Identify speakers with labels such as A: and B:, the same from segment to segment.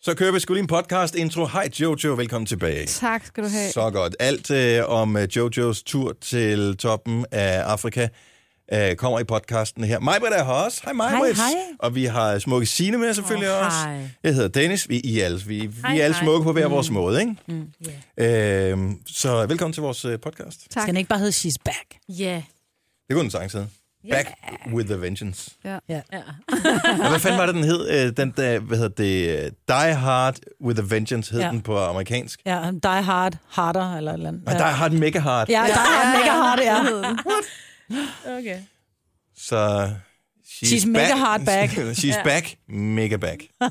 A: Så kører vi sgu lige en podcast intro. Hej Jojo, velkommen tilbage.
B: Tak skal du have.
A: Så godt. Alt øh, om øh, Jojos tur til toppen af Afrika øh, kommer i podcasten her. Mig er her også. Hej mig,
C: hej.
A: Og vi har smukke Signe med selvfølgelig oh, også.
C: hej.
A: Jeg hedder Dennis. Vi, I er alle, vi, vi
B: Hej,
A: er alle
B: hej.
A: smukke på hver vores måde, ikke? Mm, yeah. øh, så velkommen til vores øh, podcast.
B: Tak.
C: Skal den ikke bare hedde She's Back?
D: Ja.
A: Det kunne den sagtens hedde. Back with a Vengeance.
C: Ja.
D: ja.
A: Og hvad fanden var det, den hed? Øh, Den der, hvad hedder det? øh, Die Hard with a Vengeance hed ja.
C: Ja.
A: den på amerikansk.
C: Ja, um, Die Hard, Harder eller et eller andet.
A: Nej,
C: ja.
A: Die Hard Mega Hard.
C: Ja, Die Hard, Mega Hard, ja.
D: Okay.
A: Så... She's,
C: She's mega hard back.
A: she's back. Mega back.
B: Ja,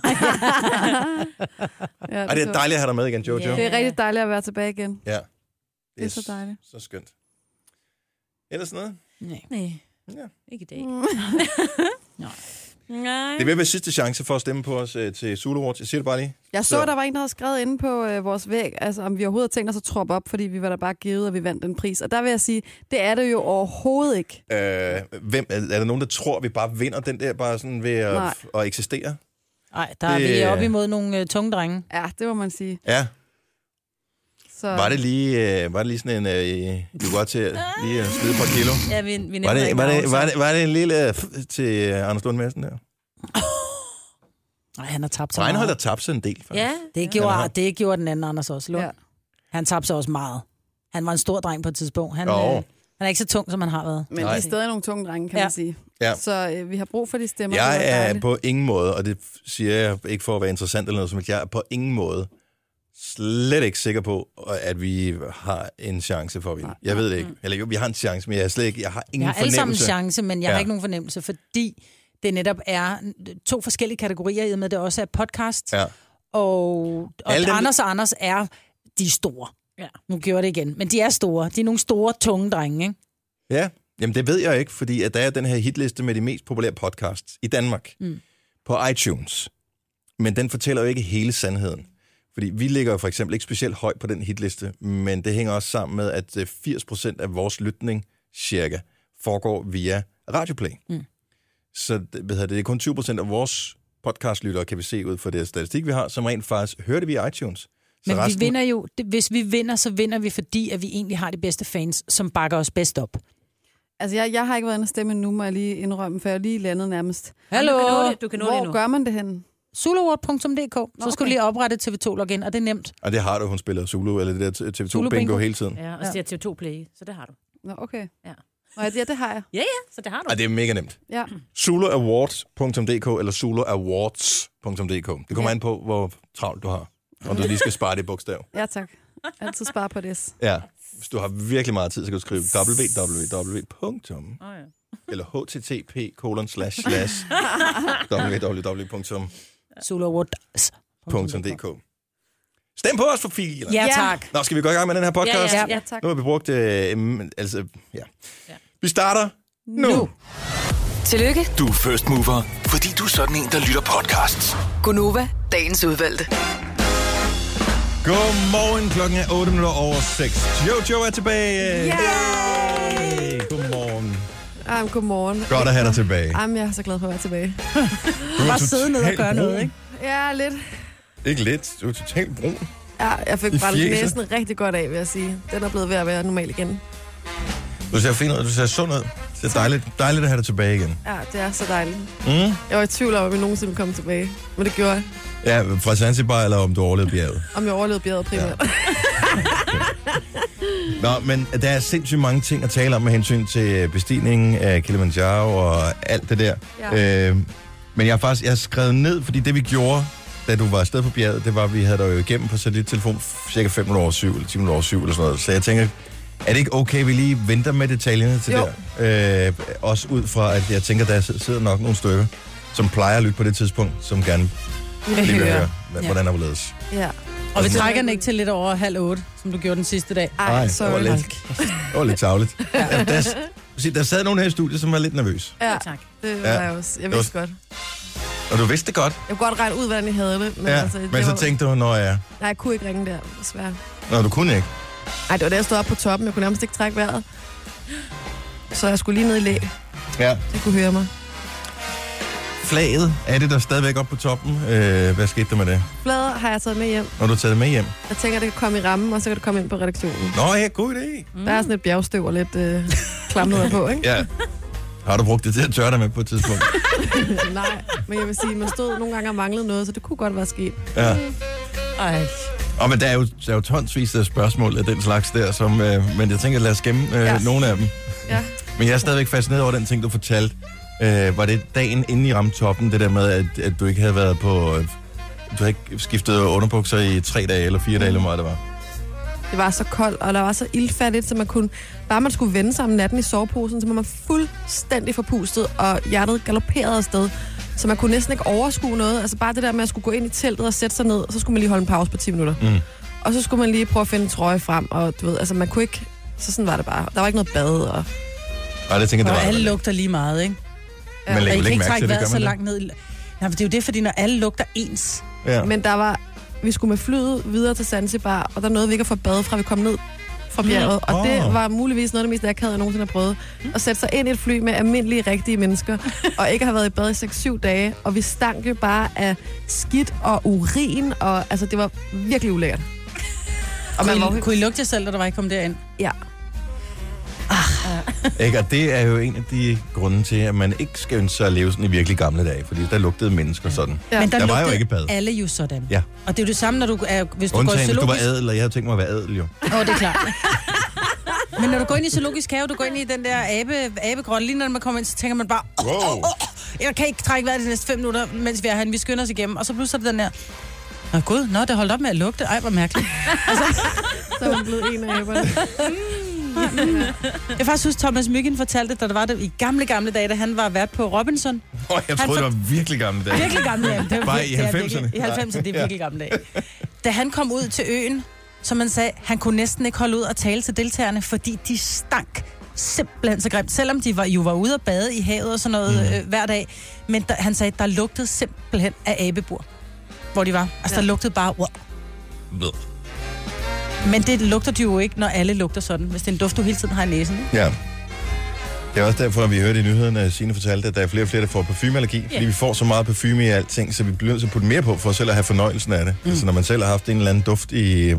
A: Ej, det er dejligt at have dig med igen, Jojo.
D: Ja.
B: Det er rigtig dejligt at være tilbage igen.
A: Ja. Det,
B: Det er så dejligt.
A: Så skønt. Ellers noget?
C: Nej. Mm.
D: Nej.
A: Ja.
D: Ikke i dag.
C: Nej.
D: Nej.
A: Det vil være sidste chance for at stemme på os øh, til Zulu Awards. Jeg siger det bare lige.
B: Jeg så,
A: Så-
B: der var en, der havde skrevet inde på øh, vores væg, altså om vi overhovedet har tænkt os at troppe op, fordi vi var da bare givet, og vi vandt den pris. Og der vil jeg sige, det er det jo overhovedet ikke.
A: Øh, hvem, er er der nogen, der tror, at vi bare vinder den der bare sådan ved
B: Nej.
A: at, at eksistere?
C: Nej, der er
A: Det-
C: vi op imod nogle øh, tunge drenge.
B: Ja, det må man sige.
A: Ja.
B: Så,
A: Var det lige, øh, var det lige sådan en... Øh, du går til at- lige at skyde på et kilo.
D: Ja, vi, vi
A: Var
D: nævner
A: det,
D: ikke
A: var, det,
D: navn, så-
A: var, det, var det en lille øh, f- til øh, Anders Lund Madsen der?
C: Nej, han har tabt sig
A: Reinhold har tabt sig en del, faktisk.
D: Ja.
C: Det
A: Eller
C: gjorde,
A: ham.
C: det gjorde den anden Anders også. Lund.
B: Ja.
C: Ja. Han tabte sig også meget. Han var en stor dreng på et tidspunkt. Han, øh,
A: Jo.
C: han er ikke så tung, som han har været.
B: Men
A: Nej.
B: det er stadig nogle tunge drenge, kan ja.
C: Ja.
B: man sige.
A: Ja.
B: Så øh, vi har brug for de stemmer.
A: Jeg
B: det var
A: er
B: dejligt.
A: på ingen måde, og det siger jeg ikke for at være interessant eller noget som helst, jeg er på ingen måde slet ikke sikker på, at vi har en chance for at vinde. Jeg ved det ikke. Eller jo, vi har en chance, men jeg, er slet ikke, jeg har ingen
C: Jeg har alle sammen en
A: fornemmelse.
C: chance, men jeg ja.
A: Ja.
C: har ikke nogen fornemmelse, fordi det netop er to forskellige kategorier, i og med at det også er podcast.
A: Ja.
C: Og, og
A: Alle dem-
C: Anders og Anders er, de er store.
D: Ja.
C: Nu gjorde jeg det igen, men de er store. De er nogle store, tunge drenge, ikke?
A: ja, jamen det ved jeg ikke, fordi at der er den her hitliste med de mest populære podcasts i Danmark mm. på iTunes. Men den fortæller jo ikke hele sandheden. Fordi vi ligger jo for eksempel ikke specielt højt på den hitliste, men det hænger også sammen med, at øh, 80% af vores lytning cirka foregår via Radioplay. Mm. Så det, hvad hedder det, det er kun 20% af vores podcastlyttere, kan vi se ud fra det statistik, vi har, som rent faktisk hørte vi i iTunes. Så
C: Men resten... vi vinder jo, det- hvis vi vinder, så vinder vi, fordi at vi egentlig har de bedste fans, som bakker os bedst op.
B: Altså, jeg, jeg har ikke været inde og stemme endnu, må jeg lige indrømme, for jeg er lige landet nærmest.
C: Hallo!
D: Du kan nå det, du kan nå det
B: Hvor
D: nu.
B: gør man det henne?
C: Zulaward.dk. Så skal
B: okay.
C: du lige oprette TV2-login, og det er nemt.
A: Og det har du, hun spiller Zulu, eller det der TV2 Bingo,
C: Zulu
A: bingo
C: Bingo.
A: hele tiden. Ja.
D: Ja, og så siger TV2 Play, så det har du.
B: Nå, okay.
D: Ja.
B: Nå, ja, det har jeg.
D: Ja, ja, så det har du.
A: Og det er mega nemt.
B: Ja.
A: zuluawards.dk eller zuluawards.dk. Det kommer an på, hvor travlt du har. Om du lige skal spare det bogstav.
B: Ja, tak. Altid spare på det.
A: Ja. Hvis du har virkelig meget tid, så kan du skrive www.
D: Åh, ja.
A: eller http kolon slash slash www.dk.
C: Zulaward.dk.
A: Stem på os for filer.
C: Ja,
B: Ja.
C: tak.
A: Nå, skal vi gå i gang med den her podcast?
D: Ja,
B: Ja, tak.
A: Nu har vi brugt... Øh, mm, altså, ja. Vi starter nu.
B: Nu.
E: Tillykke,
F: Du er first mover, fordi du er sådan en, der lytter podcasts.
E: Gunova, dagens udvalgte.
A: Godmorgen, klokken er 8 minutter over 6. Jojo er tilbage. Yay! Godmorgen.
B: Jamen, godmorgen.
A: Godt at have dig tilbage.
B: Jamen, jeg er så glad for at være tilbage.
A: Du
C: Ah, Bare sidde ned og gøre noget, ikke?
B: Ja, lidt.
A: Ikke lidt. Du er totalt brun.
B: Ja, jeg fik
A: I
B: bare
A: fjeset.
B: næsen rigtig godt af, vil jeg sige. Den er blevet ved at være normal igen.
A: Du ser fin ud. Du ser sund ud. Det er dejligt, dejligt at have dig tilbage igen.
B: Ja, det er så dejligt.
A: Mm.
B: Jeg var i tvivl om, om jeg nogensinde ville komme tilbage. Men det gjorde jeg.
A: Ja, fra Zanzibar eller om du overlevede bjerget.
B: Om jeg overlevede bjerget primært. Ja.
A: Nå, men der er sindssygt mange ting at tale om med hensyn til øh, bestigningen af Kilimanjaro og alt det der. Ja. Øh, men jeg har faktisk jeg har skrevet ned, fordi det vi gjorde, da du var afsted på bjerget, det var, at vi havde dig jo igennem på satellittelefon cirka 5 minutter over 7 eller 10 minutter over 7 eller sådan noget. Så jeg tænker, er det ikke okay, at vi lige venter med detaljerne til
B: Jo.
A: der? Øh, også ud fra, at jeg tænker, der sidder nok nogle stykker, som plejer at lytte på det tidspunkt, som gerne lige vil høre, hva-
C: Ja.
A: hvordan der var ledes.
B: ja.
C: Og vi trækker den ikke til lidt over halv otte, som du gjorde den sidste dag.
A: Ej,
B: Ej,
A: det var
B: sorry.
A: lidt. Det var lidt tavligt. ja. der, se, der sad nogen her i studiet, som var lidt nervøs.
B: Ja,
D: Tak.
B: det var
A: Ja.
B: jeg også. Jeg
A: Det var-
B: vidste godt.
A: Og du vidste det godt,
B: Jeg kunne godt regne ud, hvordan I havde det. Men,
A: ja,
B: altså, det
A: men så
B: var...
A: tænkte du, når jeg...
B: Nej, jeg kunne ikke ringe der, desværre.
A: Nå, du kunne ikke.
B: Ej, det var da jeg stod op på toppen. Jeg kunne nærmest ikke trække vejret. Så jeg skulle lige ned i læ.
A: Ja.
B: Det kunne høre mig.
A: Flaget er det der stadigvæk oppe på toppen. Øh, hvad skete der med det?
B: Flader har jeg taget med hjem.
A: Når du har taget det med hjem?
B: Jeg tænker, det kan komme i rammen, og så kan det komme ind på redaktionen.
A: Nå ja, god idé.
B: Mm. Der er sådan et bjergstøv og lidt øh, klamheder på, ikke?
A: Ja. Har du brugt det til at tørre dig med på et tidspunkt?
B: Nej, men jeg vil sige, man stod nogle gange og manglede noget, så det kunne godt være sket.
A: Ja.
D: Ej.
A: Og men der er jo, der er jo tonsvis af spørgsmål af den slags der, som, øh, men jeg tænker, lad os gemme øh,
B: Ja.
A: ja. nogle af dem.
B: Ja.
A: Men jeg er stadigvæk fascineret over den ting, du fortalte. Øh, var det dagen inden i ramte toppen, det der med, at, at du ikke havde været på... Øh, du havde ikke skiftet underbukser i tre dage eller fire dage, eller hvor meget det var.
B: Det var så koldt, og der var så ildfattigt, så man kunne... Bare man skulle vende sig om natten i soveposen, så var man fuldstændig forpustet, og hjertet galopperede afsted. Så man kunne næsten ikke overskue noget. Altså bare det der med at skulle gå ind i teltet og sætte sig ned, og så skulle man lige holde en pause på 10 minutter.
A: Mm.
B: Og så skulle man lige prøve at finde en trøje frem, og du ved, altså man kunne ikke... Så sådan var det bare. Der var ikke noget bad, og...
A: Nej, det tænker jeg,
C: Og
A: det var. der.
C: alle lugter lige meget, ikke?
A: Man
C: Og
A: lægger
C: I
A: vel ikke
C: kan ikke
A: mærke
C: trække
A: til det,
C: vejret
A: gør
C: så
A: man det?
C: langt ned. i- Nej, men det er jo det, fordi når alle lugter ens,
A: Ja.
B: Men der var... Vi skulle med flyet videre til Zanzibar, og der nåede vi ikke at få bad fra, vi kom ned fra bjerget. Og
A: Åh. Mm.
B: det var muligvis noget af det mest akavede, jeg nogensinde har prøvet. At sætte sig ind i et fly med almindelige, rigtige mennesker, og ikke har været i bad i 6-7 dage. Og vi stank jo bare af skidt og urin, og altså, det var virkelig ulækkert. Og man
C: kunne I,
B: var,
C: kunne I lugte jer selv, da der var I kom derind?
B: ja.
A: Ikke? Og det er jo en af de grunde til, at man ikke skal ønske sig at leve sådan i virkelig gamle dage, fordi der lugtede mennesker sådan.
B: Ja.
C: Men der,
A: Der var jo
C: lugtede
A: ikke bad.
C: alle jo sådan.
A: Ja.
C: Og det er jo det samme, når du er, hvis du
A: Undtagen,
C: går i
A: hvis du var
C: zoologisk...
A: adel, og jeg havde tænkt mig at være adel, jo.
C: Åh, oh, det er klart. Men når du går ind i zoologisk have, du går ind i den der abe, abegrønne, lige når man kommer ind, så tænker man bare, oh,
A: Wow.
C: oh, oh, jeg kan ikke trække vejret de næste fem minutter, mens vi er herinde, vi skynder os igennem. Og så pludselig er det den der, Nå gud, nå, det holdt op med at lugte. Ej, hvor mærkeligt.
B: Så er hun blevet en af æberne.
C: Jeg faktisk synes, Thomas Myggen fortalte, da der var det i gamle, gamle dage, da han var vært på Robinson.
A: Åh, jeg troede, det var virkelig gamle dage.
C: Virkelig gamle dage. Det var
A: Bare i
C: virkelig- det er
A: 90'erne.
C: virkelig- I 90'erne, det er virkelig gamle dage. Da han kom ud til øen, som man sagde, han kunne næsten ikke holde ud og tale til deltagerne, fordi de stank simpelthen så grimt, selvom de var, jo var ude og bade i havet og sådan noget
A: Mhm.
C: mm. øh, hver dag. Men der, han sagde, der lugtede simpelthen af abebur, hvor de var. Altså, ja. der lugtede bare... Wow. Men det lugter de jo ikke, når alle lugter sådan, hvis det er en duft, du hele tiden har i næsen. Ikke?
A: Ja. Det er også derfor, at vi hørte i nyhederne, at Signe fortalte, at der er flere og flere, der får parfumeallergi, yeah. fordi vi får så meget parfume i alting, så vi bliver nødt til at putte mere på for selv at have fornøjelsen af det. Mm. Altså, når man selv har haft en eller anden duft i,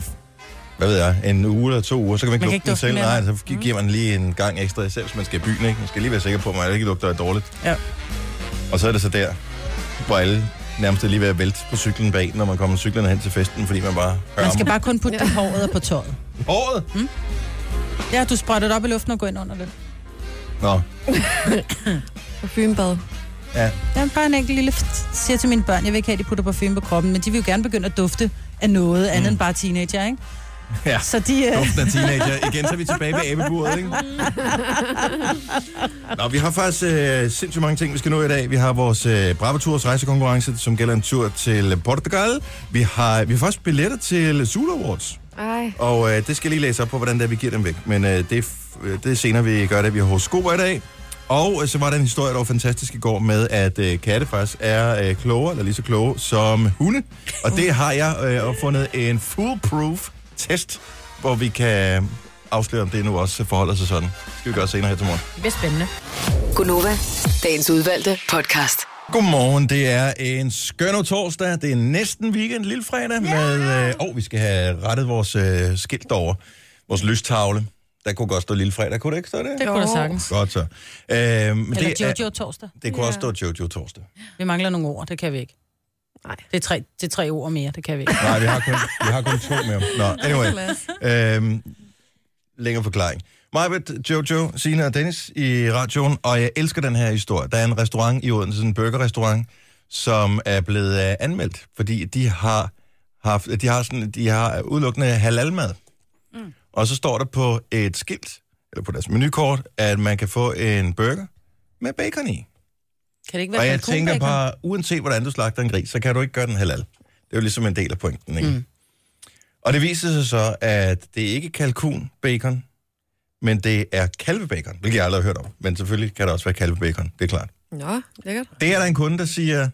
A: hvad ved jeg, en uge eller to uger, så kan man ikke
C: Man
A: lugte
C: kan ikke
A: den
C: dufte
A: selv.
C: den
A: Nej,
C: mere. Mm.
A: så gi- giver man lige en gang ekstra, især hvis man skal i byen, ikke? Man skal lige være sikker på, at man ikke lugter af dårligt.
C: Ja.
A: Og så er det så der, hvor alle nærmest er lige ved at vælte på cyklen bag, når man kommer cyklerne hen til festen, fordi man bare hører
C: Man skal
A: om
C: bare kun putte det i håret og på tøjet.
A: håret.
C: Ja, du sprøjter det op i luften og går ind under det.
A: Nå,
B: Parfumebad.
A: ja.
C: Jeg er bare en enkelt lille f- siger til mine børn, jeg vil ikke have, at de putter parfume på kroppen, men de vil jo gerne begynde at dufte af noget andet end bare teenager, ikke?
A: Mm. Ja.
C: Så de... Øh,
A: Duften af teenager. Igen så er vi tilbage ved abeburet, ikke? Nå, vi har faktisk øh, sindssygt mange ting, vi skal nå i dag. Vi har vores øh, Brava Tours rejsekonkurrence, som gælder en tur til Portugal. Vi har, vi har faktisk billetter til Zulu Awards.
B: Ej.
A: Og øh, det skal jeg lige læse op på, hvordan det er, vi giver dem væk. Men øh, det, er f- øh, det er senere, vi gør det. Vi har horoskoper i dag. Og øh, så var der en historie, der var fantastisk i går med, at øh, katte faktisk er øh, klogere, eller lige så kloge, som hunde. Og det har jeg øh, opfundet en foolproof test, hvor vi kan afsløre, om det nu også forholder sig sådan. Det skal vi gøre senere her til morgen.
D: Det bliver spændende.
E: Gunova, dagens udvalgte podcast.
A: Godmorgen, det er en skøn torsdag. Det er næsten weekend, lille fredag. Yeah! Med, øh, og vi skal have rettet vores øh, skilt over, vores lystavle. Der kunne godt stå lille fredag, kunne det ikke stå det?
C: det kunne der sagtens.
A: Godt så. Øh, men
C: Eller
A: det, er,
C: Jojo torsdag.
A: det kunne også stå Jojo torsdag.
C: Vi mangler nogle ord, det kan vi ikke.
B: Nej.
C: Det er tre, det er tre ord mere, det kan vi ikke.
A: Nej, vi har kun, vi har kun to mere. Nå, anyway. Øhm, længere forklaring. Majbet, Jojo, Sina og Dennis i radioen, og jeg elsker den her historie. Der er en restaurant i Odense, en burgerrestaurant, som er blevet øh, anmeldt, fordi de har, haft, de har, sådan, de har udelukkende halalmad. Mm. Og så står der på et skilt, eller på deres menukort, at man kan få en burger med bacon i.
C: Kan det ikke
A: Og
C: være
A: jeg tænker
C: kalkunbacon?
A: bare, uanset hvordan du slagter en gris, så kan du ikke gøre den halal. Det er jo ligesom en del af pointen, ikke? Mm. Og det viser sig så, at det er ikke kalkun-bacon, men det er kalvebacon, hvilket jeg aldrig har hørt om. Men selvfølgelig kan der også være kalvebacon, det er klart.
B: Nå, lækkert.
A: Det er der en kunde, der siger,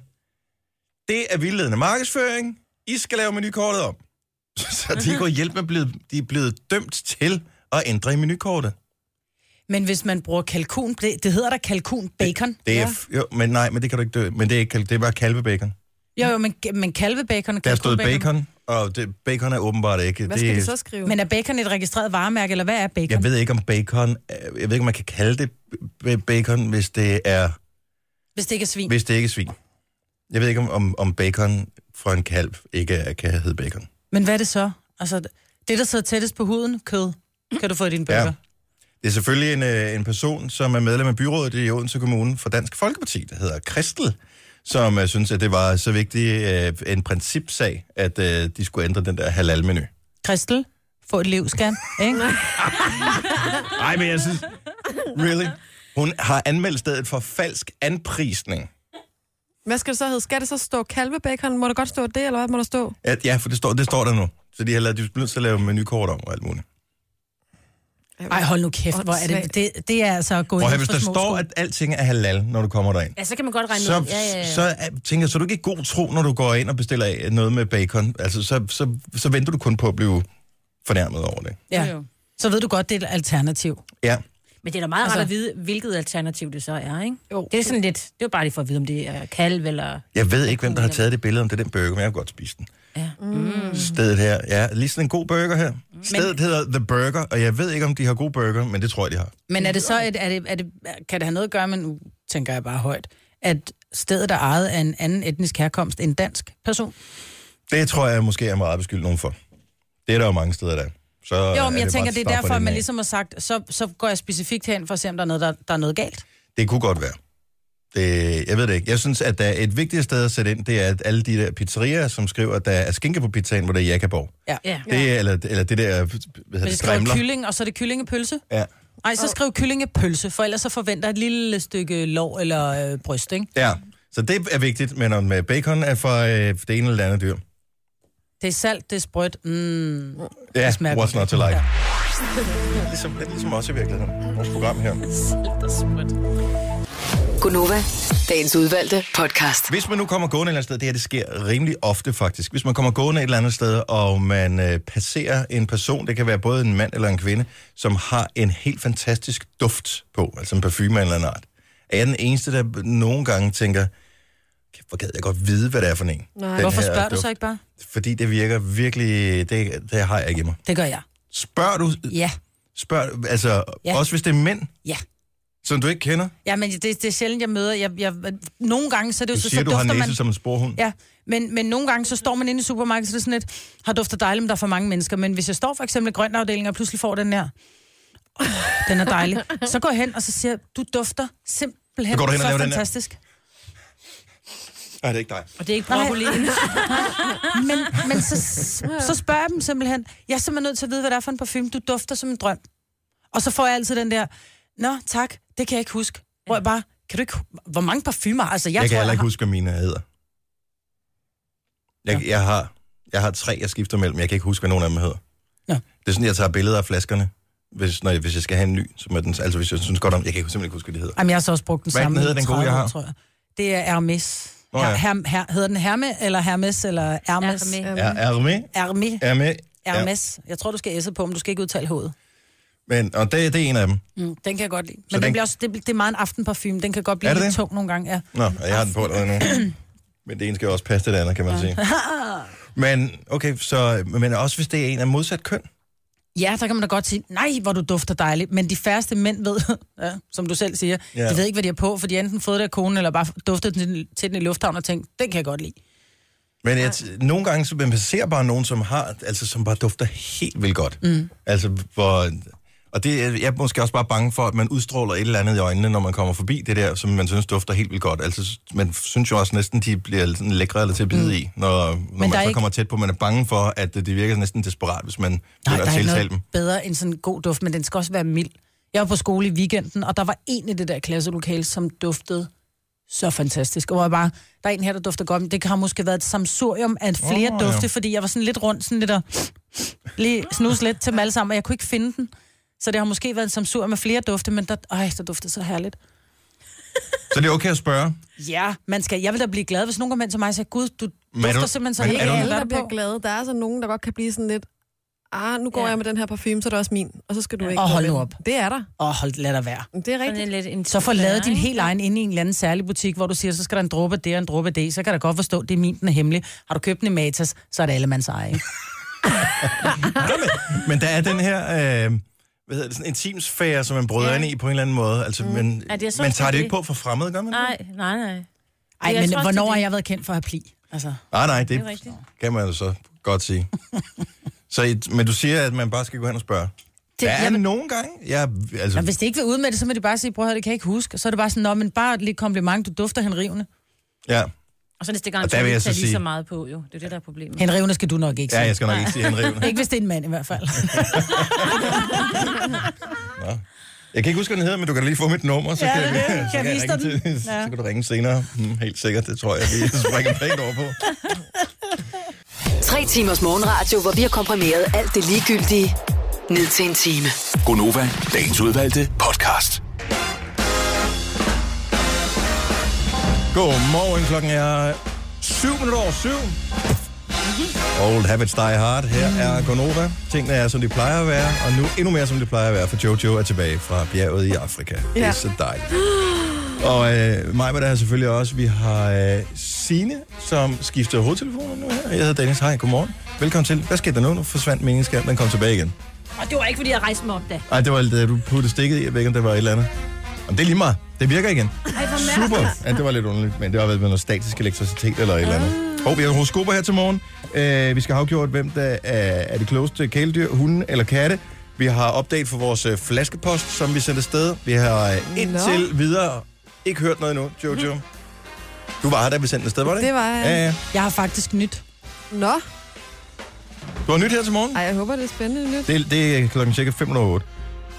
A: det er vildledende markedsføring, I skal lave menukortet om. Så de går hjælp med, blevet, de er blevet dømt til at ændre i menukortet.
C: Men hvis man bruger kalkun, det, det hedder da kalkun bacon.
A: Det er, f- jo, men nej, men det kan du ikke dø. Men det er, ikke, kalv- det er bare kalvebacon.
C: Jo, jo, men, men kalvebacon og
A: Der stod
C: kalkunbacon-
A: bacon, og det, bacon er åbenbart ikke.
B: Hvad
A: det,
B: skal
A: er-
B: de så skrive?
C: Men er bacon et registreret varemærke, eller hvad er bacon?
A: Jeg ved ikke, om bacon... er- Jeg ved ikke, om man kan kalde det b- bacon, hvis det, er,
C: Hvis det ikke er svin.
A: hvis det ikke er svin. Jeg ved ikke, om, om, om bacon fra en kalv ikke er, kan hedde bacon.
C: Men hvad er det så? Altså, det, der sidder tættest på huden, kød, kan du få i din burger.
A: Ja. Det er selvfølgelig en, øh, en person, som er medlem af byrådet i Odense Kommune for Dansk Folkeparti, der hedder Kristel, som øh, synes, at det var så vigtig øh, en principsag, at øh, de skulle ændre den der halal-menu.
C: Kristel, få et liv, skat. Ikke?
A: Nej, men jeg synes... Really? Hun har anmeldt stedet for falsk anprisning.
B: Hvad skal det så hedde? Skal det så stå kalvebacon? Må der godt stå det, eller hvad må der stå?
A: At, ja, for det står, det står der nu. Så de har lavet, de er nødt til at lave menukort om og alt muligt.
C: Ej, hold nu kæft, hvor er det. Det, det er altså at gå
A: Prøv at høre,
C: ind
A: hvis
C: for
A: der
C: små
A: står,
C: sko.
A: at alting er halal, når du kommer derind.
D: Ja, så kan man godt regne
A: Så,
D: ud. Ja, ja, ja.
A: så er- tænker jeg, så er du ikke i god tro, når du går ind og bestiller af noget med bacon. Altså, så, så, så venter du kun på at blive fornærmet over det.
D: Jo,
C: Ja.
D: jo.
C: Så ved du godt, det er et alternativ.
A: Ja.
D: Men det er da meget altså,
C: Altså-
D: rart at vide, hvilket alternativ det så er, ikke?
B: Jo.
D: Det er sådan lidt, det er jo bare lige for at vide, om det er kalv eller...
A: Jeg ved ikke, hvem der har taget det billede, om det er den burger, men jeg kan godt spise den.
D: Ja.
C: Mm.
A: Stedet her, ja, lige sådan en god burger her. Stedet hedder The Burger, og jeg ved ikke, om de har god burger, men det tror jeg, de har.
C: Men er det så et, er det, er det, kan det have noget at gøre med, nu tænker jeg bare højt, at stedet er ejet af en anden etnisk herkomst end dansk person?
A: Det tror jeg måske, jeg må arbejdsskylde nogen for. Det er der jo mange steder, der er. så
C: Jo,
A: er
C: men jeg
A: bare
C: tænker,
A: at
C: det er
A: starte
C: derfor,
A: fra
C: at
A: den
C: man
A: af.
C: ligesom har sagt, så, så går jeg specifikt hen for at se, om der er noget, der, der er noget galt.
A: Det kunne godt være. Det, jeg ved det ikke. Jeg synes, at der er et vigtigt sted at sætte ind, det er, at alle de der pizzerier, som skriver, at der er skinke på pizzaen, hvor der er jakkeborg.
C: Ja.
D: Ja.
A: Det, eller, eller det der, hvad hedder
C: Men
A: det,
C: det skriver
A: strimler.
C: kylling, og så er det kyllingepølse?
A: Ja.
C: Nej, så skriv kyllingepølse, for ellers så forventer jeg et lille stykke lår eller øh, bryst, ikke?
A: ja. Så det er vigtigt, men om øh, bacon er fra øh, det ene eller det andet dyr.
C: Det er salt, det er sprødt. Mm.
A: Ja,
C: Det smager
A: what's
C: godt.
A: not to like.
C: Ja.
A: Det er ligesom, lidt ligesom også i virkeligheden. Vores program her.
E: Gunova, dagens udvalgte podcast.
A: Hvis man nu kommer gående et eller andet sted, det her det sker rimelig ofte faktisk. Hvis man kommer gående et eller andet sted, og man øh, passerer en person, det kan være både en mand eller en kvinde, som har en helt fantastisk duft på, altså en parfume af en eller anden art. Er jeg den eneste, der nogle gange tænker, "Kæft, hvor gad jeg godt vide, hvad det er for en?
B: Nej.
A: Den
C: Hvorfor
A: her
C: spørger du
A: duft."
C: så ikke bare?
A: Fordi det virker virkelig, det, det har jeg ikke i mig.
C: Det gør jeg.
A: Spørger du,
C: Ja,
A: spørg, altså ja.
C: Ja.
A: også hvis det er mænd,
C: ja.
A: som du ikke kender,
C: Ja, men det, det er sjældent, jeg møder. Jeg, jeg, nogle gange, så er det jo
A: du
C: så,
A: siger,
C: så
A: du har
C: dufter
A: næse
C: man...
A: som en sporhund.
C: Ja, men, men nogle gange, så står man inde i supermarkedet, så er det sådan lidt, har dufter dejligt, men der er for mange mennesker. Men hvis jeg står for eksempel i grøntafdelingen, og pludselig får den her, "Åh, den er dejlig, så går jeg hen, og så siger jeg, du dufter simpelthen
A: Så går du hen og
C: så
A: laver den her.
C: fantastisk.
A: Nej, det er ikke dig.
D: Og det er ikke
C: Nej.
D: broccoli.
C: Men, men så, så spørger jeg dem simpelthen, jeg er simpelthen nødt til at vide, hvad det er for en parfume, du dufter som en drøm. Og så får jeg altid den der, nå tak, det kan jeg ikke huske. Hvor jeg bare, kan du ikke, hu- hvor mange parfumer? Altså, jeg,
A: Jeg, jeg
C: tror,
A: kan heller
C: jeg
A: ikke
C: har,
A: huske, hvad mine hedder. Jeg, ja. jeg, har, jeg har tre, jeg skifter mellem. Jeg kan ikke huske, hvad nogen af dem hedder.
C: Nå.
A: Det er sådan, jeg tager billeder af flaskerne, hvis, når jeg, hvis jeg skal have en ny. Som er den, altså, hvis jeg synes godt om... Jeg kan ikke- simpelthen ikke huske, hvad de hedder.
C: jamen, jeg har så også brugt den
A: Hvad er den
C: samme.
A: hedder,
C: i
A: den gode,
C: 30
A: jeg
C: år,
A: har?
C: tror jeg. Det er Hermes.
A: Nå
C: Oh,
A: ja.
C: ja. her, her, hedder den Herme, eller Hermes, eller Hermes?
D: Hermes.
A: Ja, er du med?
C: Herme.
A: Er du med?
C: Hermes. Jeg tror, du skal æsse på, men du skal ikke udtale hovedet.
A: Men, og det, det er en af dem.
C: Mm, den kan jeg godt lide. Men
A: Så
C: den,
A: den-
C: den bliver også, det, det er meget en aftenparfume. Den kan godt blive
A: Er det
C: lidt
A: det?
C: tung nogle gange. Ja.
A: Nå, og jeg har den på allerede nu. Men det ene skal jo også passe til det andet, kan man sige. Men, okay, så, men også hvis det er en af modsat køn.
C: Ja, der kan man da godt sige, nej, hvor du dufter dejligt. Men de færreste mænd ved, ja, som du selv siger,
A: Ja.
C: ja. de ved ikke, hvad de har på, for de har enten fået det af konen, eller bare duftet den til den i lufthavnen og tænkt, den kan jeg godt lide.
A: Men jeg t- nogle gange, så man passerer bare nogen, som har, altså som bare dufter helt vildt godt. Mm. Altså, hvor, og det, er- jeg er måske også bare bange for, at man udstråler et eller andet i øjnene, når man kommer forbi det der, som man synes dufter helt vildt godt. Altså, s- man synes jo også næsten, de bliver sådan lækre eller til at bide mm. i, når, når
C: der
A: man så
C: er
A: ikke...
C: ikke-
A: kommer tæt på. Man er bange for, at øh, det virker næsten desperat, hvis man
C: Nej,
A: begynder
C: der
A: at
C: er ikke
A: tiltale
C: noget
A: dem.
C: bedre end sådan en god duft, men den skal også være mild. Jeg var på skole i weekenden, og der var en i det der klasselokale, som duftede så fantastisk. Og hvor jeg bare, der er en her, der dufter godt, men det har måske været et samsurium af flere
A: Åh,
C: oh,
A: ja.
C: dufte, fordi jeg var sådan lidt rundt, sådan lidt og lige snus lidt til dem alle sammen, og jeg kunne ikke finde den. Så det har måske været en samsur med flere dufte, men der, øj, der duftede så herligt.
A: Så det er okay at spørge.
C: Ja, man skal, jeg vil da blive glad, hvis nogen kommer ind til mig og siger, gud, du
A: Men er
C: dufter
A: du-
C: simpelthen så
A: men
B: Det
A: er
B: er
C: helt
B: ikke
A: du-
B: alle,
C: hvad
B: der
C: er
B: bliver
C: du på?
B: glade. Der er så nogen, der godt kan blive sådan lidt... ah, nu går
D: Ja.
B: ja. jeg med den her parfume, så er det også min, og så skal du ikke...
C: Og
B: gå
C: hold
B: med
C: nu
B: den.
C: op.
B: Det er der.
C: Åh, hold, lad dig være.
B: Det er
D: Sådan en
B: rigtigt.
D: lidt en
C: Så får lavet
D: Ja,
C: din
D: ikke?
C: helt egen inde i en eller anden særlig butik, hvor du siger, så skal der en dråbe der og en dråbe det, så kan der godt forstå, at det er min, den er hemmelig. Har du købt den i Matas, så er det alle mands eje.
A: Men der er den her, øh, hvad hedder det, sådan intimsfære, som man bryder
D: Ja.
A: ind i på en eller anden måde. Altså, men,
D: Ja, det er så
A: man tager det jo
D: det.
A: ikke på for fremmed, gør man det?
D: Nej, nej, nej.
C: Ej,
D: Jeg
C: men
D: tror også,
C: hvornår
D: det-
C: har jeg været kendt for at have pli? Altså,
A: Ah, Nej, nej,
D: Det er
A: det
D: rigtigt.
A: kan man jo så godt sige. Så, I- men du siger, at man bare skal gå hen og spørge. Det, der er
C: jamen-
A: nogle gange, jeg, altså,
C: Nå, hvis det ikke vil ud med det, så må de bare sige, bror, det kan jeg ikke huske. Og så er det bare sådan, nå, men bare et lille kompliment, du dufter henrivende.
A: ja,
D: Og så næste gang,
A: Og
D: så
A: der
D: vil
A: vil
D: jeg
A: jeg så
D: tage lige
A: sige-
D: så meget på, jo. Det er det, der er problemet.
C: Henrivende skal du nok ikke
A: ja,
C: sige.
A: jeg skal nok ikke sige henrivende.
C: Ikke hvis det er en mand i hvert fald.
A: Jeg kan ikke huske, hvad den hedder, men du kan da lige få mit nummer, så,
C: Ja,
A: kan,
C: det er det. Kan
A: så,
C: jeg
A: jeg
C: vise dig
A: ringe
C: den?
A: til,
C: Ja.
A: så kan du ringe senere. Hmm, helt sikkert, det tror jeg, vi springer pænt over på.
E: Tre timers morgenradio, hvor vi har komprimeret alt det ligegyldige ned til en time.
F: Gonova, dagens udvalgte podcast.
A: Godmorgen, klokken er 7 minutter over 7. Old Habits Die Hard. Her er Gonova. Tingene er, som de plejer at være, og nu endnu mere, som de plejer at være, for Jojo er tilbage fra bjerget i Afrika. Ja. Det er
B: Ja.
A: så dejligt. Og øh, mig med der her selvfølgelig også. Vi har øh, Sine, som skifter hovedtelefoner nu her. Jeg hedder Dennis. Hej, godmorgen. Velkommen til. Hvad skete der nu? Nu forsvandt meningsskab, men kom tilbage igen.
D: Og det var ikke, fordi jeg rejste mig op da.
A: Ej, det var da du puttede stikket i, jeg ved ikke, om det var et eller andet. Jamen, det er lige meget. Det virker igen.
D: Ej, hvor
A: Super. Ja, det var lidt underligt, men det var vel med noget statisk elektricitet eller et eller andet. Hov, vi har horoskoper her til morgen. Øh, vi skal have afgjort, hvem der er, er det klogeste kæledyr, hunde eller katte. Vi har update for vores øh, flaskepost, som vi sendte sted. Vi har øh, indtil videre ikke hørt noget endnu, Jojo. Du var her, da vi sendte afsted, var det?
B: Det var jeg.
A: Ja, ja.
C: Jeg har faktisk nyt.
B: Nå,
A: Du har nyt her til morgen?
B: Ej, jeg håber, det er spændende nyt.
A: Det, det er klokken cirka 508.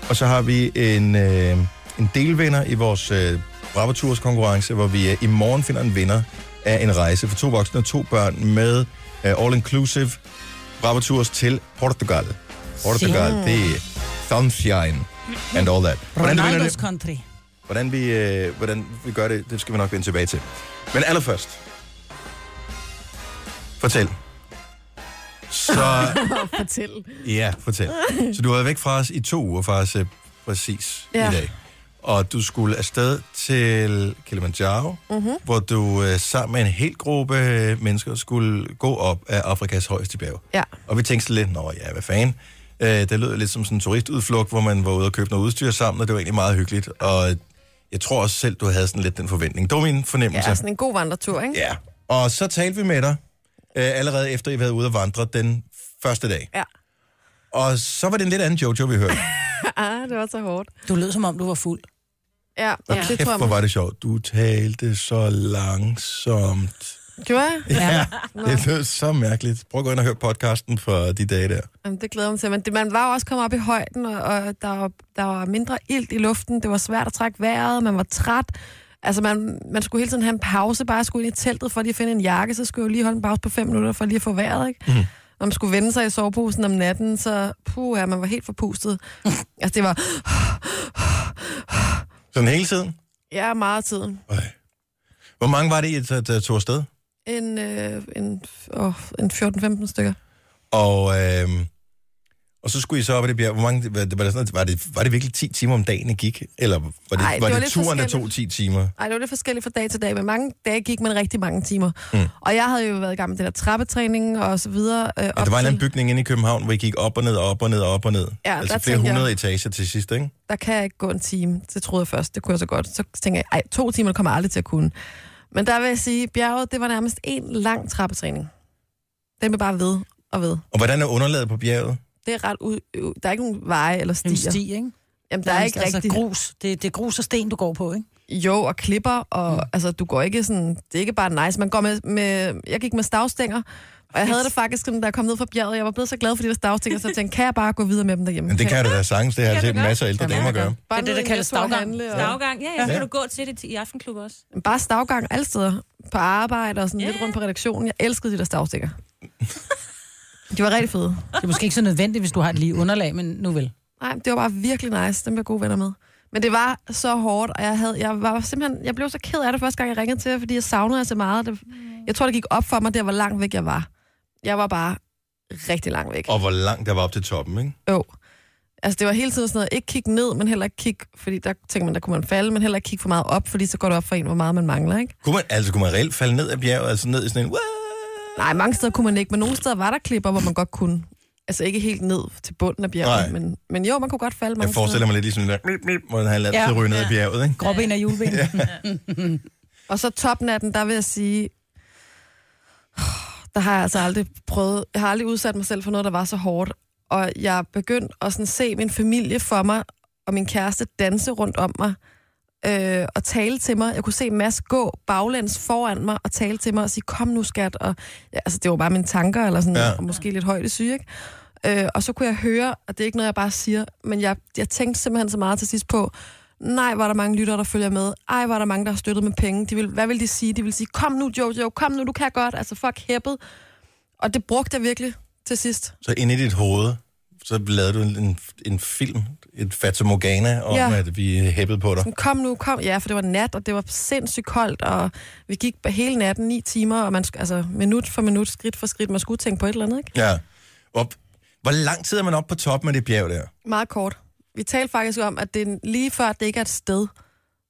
A: Og så har vi en, øh, en delvinder i vores øh, Brabatours konkurrence, hvor vi øh, i morgen finder en vinder af en rejse for to voksne og to børn med øh, All Inclusive Brabatours til Portugal. Portugal, det er sunshine and all that. Hvordan, du vinder
C: Ronaldo's
A: det,
C: country.
A: hvordan, vi, øh, hvordan vi gør det, det skal vi nok vende tilbage til. Men allerførst, fortæl. Så
B: Fortæl.
A: Ja, fortæl. Så du har været væk fra os i to uger faktisk øh, præcis ja.
B: Ja.
A: i dag. Og du skulle afsted til Kilimanjaro,
B: Mhm.
A: mm-hmm. hvor du øh, sammen med en hel gruppe øh, mennesker skulle gå op af Afrikas højeste bjerg.
B: Ja.
A: Og vi tænkte sådan lidt, nå ja, hvad fanden. Øh, det lød lidt som sådan en turistudflugt, hvor man var ude og købe noget udstyr sammen, og det var egentlig meget hyggeligt. Og jeg tror også selv, du havde sådan lidt den forventning. Det var min fornemmelse.
B: Ja, sådan en god vandretur, ikke?
A: ja. Og så talte vi med dig, øh, allerede efter I havde været ude og vandre den første dag.
B: Ja.
A: Og så var det en lidt anden Jojo, vi hørte.
B: Ah, det var så hårdt.
C: Du lød som om, du var fuld.
B: Ja,
A: Og
B: ja. det
A: kæft,
B: tror jeg.
A: hvor
B: man-
A: var det sjovt. Du talte så langsomt.
B: Gjorde jeg?
A: Ja, det lød så mærkeligt. Prøv at gå ind og høre podcasten fra de dage der.
B: Jamen, det glæder jeg mig til. Men det, man var jo også kommet op i højden, og, og der, var, der var mindre ilt i luften. Det var svært at trække vejret, man var træt. Altså, man, man skulle hele tiden have en pause, bare skulle ind i teltet for lige at finde en jakke, så skulle jeg jo lige holde en pause på fem minutter for lige at få vejret, ikke?
A: Mhm.
B: Mm. Når man skulle vende sig i soveposen om natten, så puh, ja, man var helt forpustet. altså, det var
A: Sådan hele tiden.
B: ja, meget af tiden.
A: Øj. Hvor mange var det, I t- t- tog afsted?
B: En, øh, en, åh, en 14-15 stykker.
A: Og, øh, og så skulle I så op i det bjerg. Hvor mange, var, det, var, det sådan, var, det, var det virkelig 10 timer om dagen, I gik? Eller var det,
B: Ej,
A: Ej,
B: det
A: var
B: var
A: det,
B: lidt
A: turen, der tog
B: forskelligt.
A: 10 timer?
B: Ej, det var lidt forskelligt fra dag til dag, men mange dage gik man rigtig mange timer. Mm. Og jeg havde jo været i gang med det der trappetræning og så videre.
A: Ja,
B: Øh,
A: der var en eller anden bygning inde i København, hvor I gik op og ned, op og ned, op og ned.
B: Ja,
A: altså
B: der
A: flere
B: tænkte jeg-
A: hundrede etager til sidst, ikke?
B: der kan jeg ikke gå en time. Det troede jeg først, det kunne jeg så godt. Så tænker jeg, ej, to timer det kommer jeg aldrig til at kunne. Men der vil jeg sige, bjerget, det var nærmest en lang trappetræning. Den blev bare ved og ved.
A: Og hvordan er underlaget på bjerget?
B: Det er ret ud, ø- der er ikke nogen veje eller
C: En
B: stier.
C: sti, ikke?
B: Jamen, der er ikke
C: altså,
B: rigtig...
C: grus. Det, det er grus og sten, du går på, ikke?
B: Jo, og klipper, og mm. altså, du går ikke sådan... Det er ikke bare nice. Man går med, med jeg gik med stavstænger, og jeg havde det faktisk, sådan, da jeg kom ned fra bjerget. Jeg var blevet så glad for de der stavstænger, så jeg tænkte, kan jeg bare gå videre med dem derhjemme?
A: Men det kan du da sagtens, det har jeg
D: kan
A: set
D: du godt.
A: masser af ældre damer gøre.
B: Bare
C: Det er det,
B: ned
C: der
B: i
C: kaldes
B: Netto og
C: stavgang.
B: handle, og-
D: Stavgang, ja, ja. Så
A: Ja.
D: kan du gå til det i aftenklub også.
B: Bare stavgang alle steder. På arbejde og sådan yeah.
D: Ja.
B: lidt rundt på redaktionen. Jeg elskede de der stavstikker. de var rigtig fede.
C: Det er måske ikke så nødvendigt, hvis du har et lige underlag, men nu vel.
B: Nej, det var bare virkelig nice. Dem blev jeg gode venner med. Men det var så hårdt, og jeg, havde, jeg var simpelthen, jeg blev så ked af det første gang, jeg ringede til jer, fordi jeg savnede jer så meget. Det, jeg tror, det gik op for mig, der hvor langt væk jeg var. Jeg var bare rigtig langt væk.
A: Og hvor langt der var op til toppen, ikke?
B: Jo. Altså, det var hele tiden sådan noget, ikke kigge ned, men heller ikke kigge, fordi der tænker man, der kunne man falde, men heller ikke kigge for meget op, fordi så går det op for en, hvor meget man mangler, ikke?
A: Kunne man, altså, kunne man reelt falde ned af bjerget, altså ned i sådan en... "Wah!"
B: Nej, mange steder kunne man ikke, men nogle steder var der klipper, hvor man godt kunne. Altså ikke helt ned til bunden af
A: Nej.
B: bjerget, men, men jo, man kunne godt falde mange
A: Jeg forestiller
B: steder.
A: mig lidt ligesom der, mip, mip, hvor han lader
C: Ja.
A: sig ryge ned af bjerget, ikke?
C: Gråben og juleben.
B: Og så toppen af den, der vil jeg sige, der har jeg altså aldrig prøvet, jeg har aldrig udsat mig selv for noget, der var så hårdt. Og jeg er begyndt at sådan se min familie for mig, og min kæreste danse rundt om mig, øh, og tale til mig. Jeg kunne se Mads gå baglæns foran mig, og tale til mig og sige, kom nu skat. Og, ja, altså, det var bare mine tanker, eller sådan,
A: Ja.
B: ja. og måske lidt højde syge, ikke? Øh, og så kunne jeg høre, og det er ikke noget, jeg bare siger, men jeg, jeg tænkte simpelthen så meget til sidst på, nej, var der mange lyttere, der følger med. Ej, var der mange, der har støttet med penge. De vil, hvad vil de sige? De vil sige, kom nu, Jojo, kom nu, du kan godt. Altså, fuck hæppet. Og det brugte jeg virkelig til sidst.
A: Så ind i dit hoved, så lavede du en, en film, et Fata Morgana, om ja.
B: Ja.
A: at vi hæppede på dig.
B: Men kom nu, kom. Ja, for det var nat, og det var sindssygt koldt, og vi gik hele natten ni timer, og man, sk- altså minut for minut, skridt for skridt, man skulle tænke på et eller andet, ikke?
A: Ja. Op. Hvor lang tid er man oppe på toppen af det bjerg der?
B: Meget kort. Vi talte faktisk om, at det er lige før, at det ikke er et sted,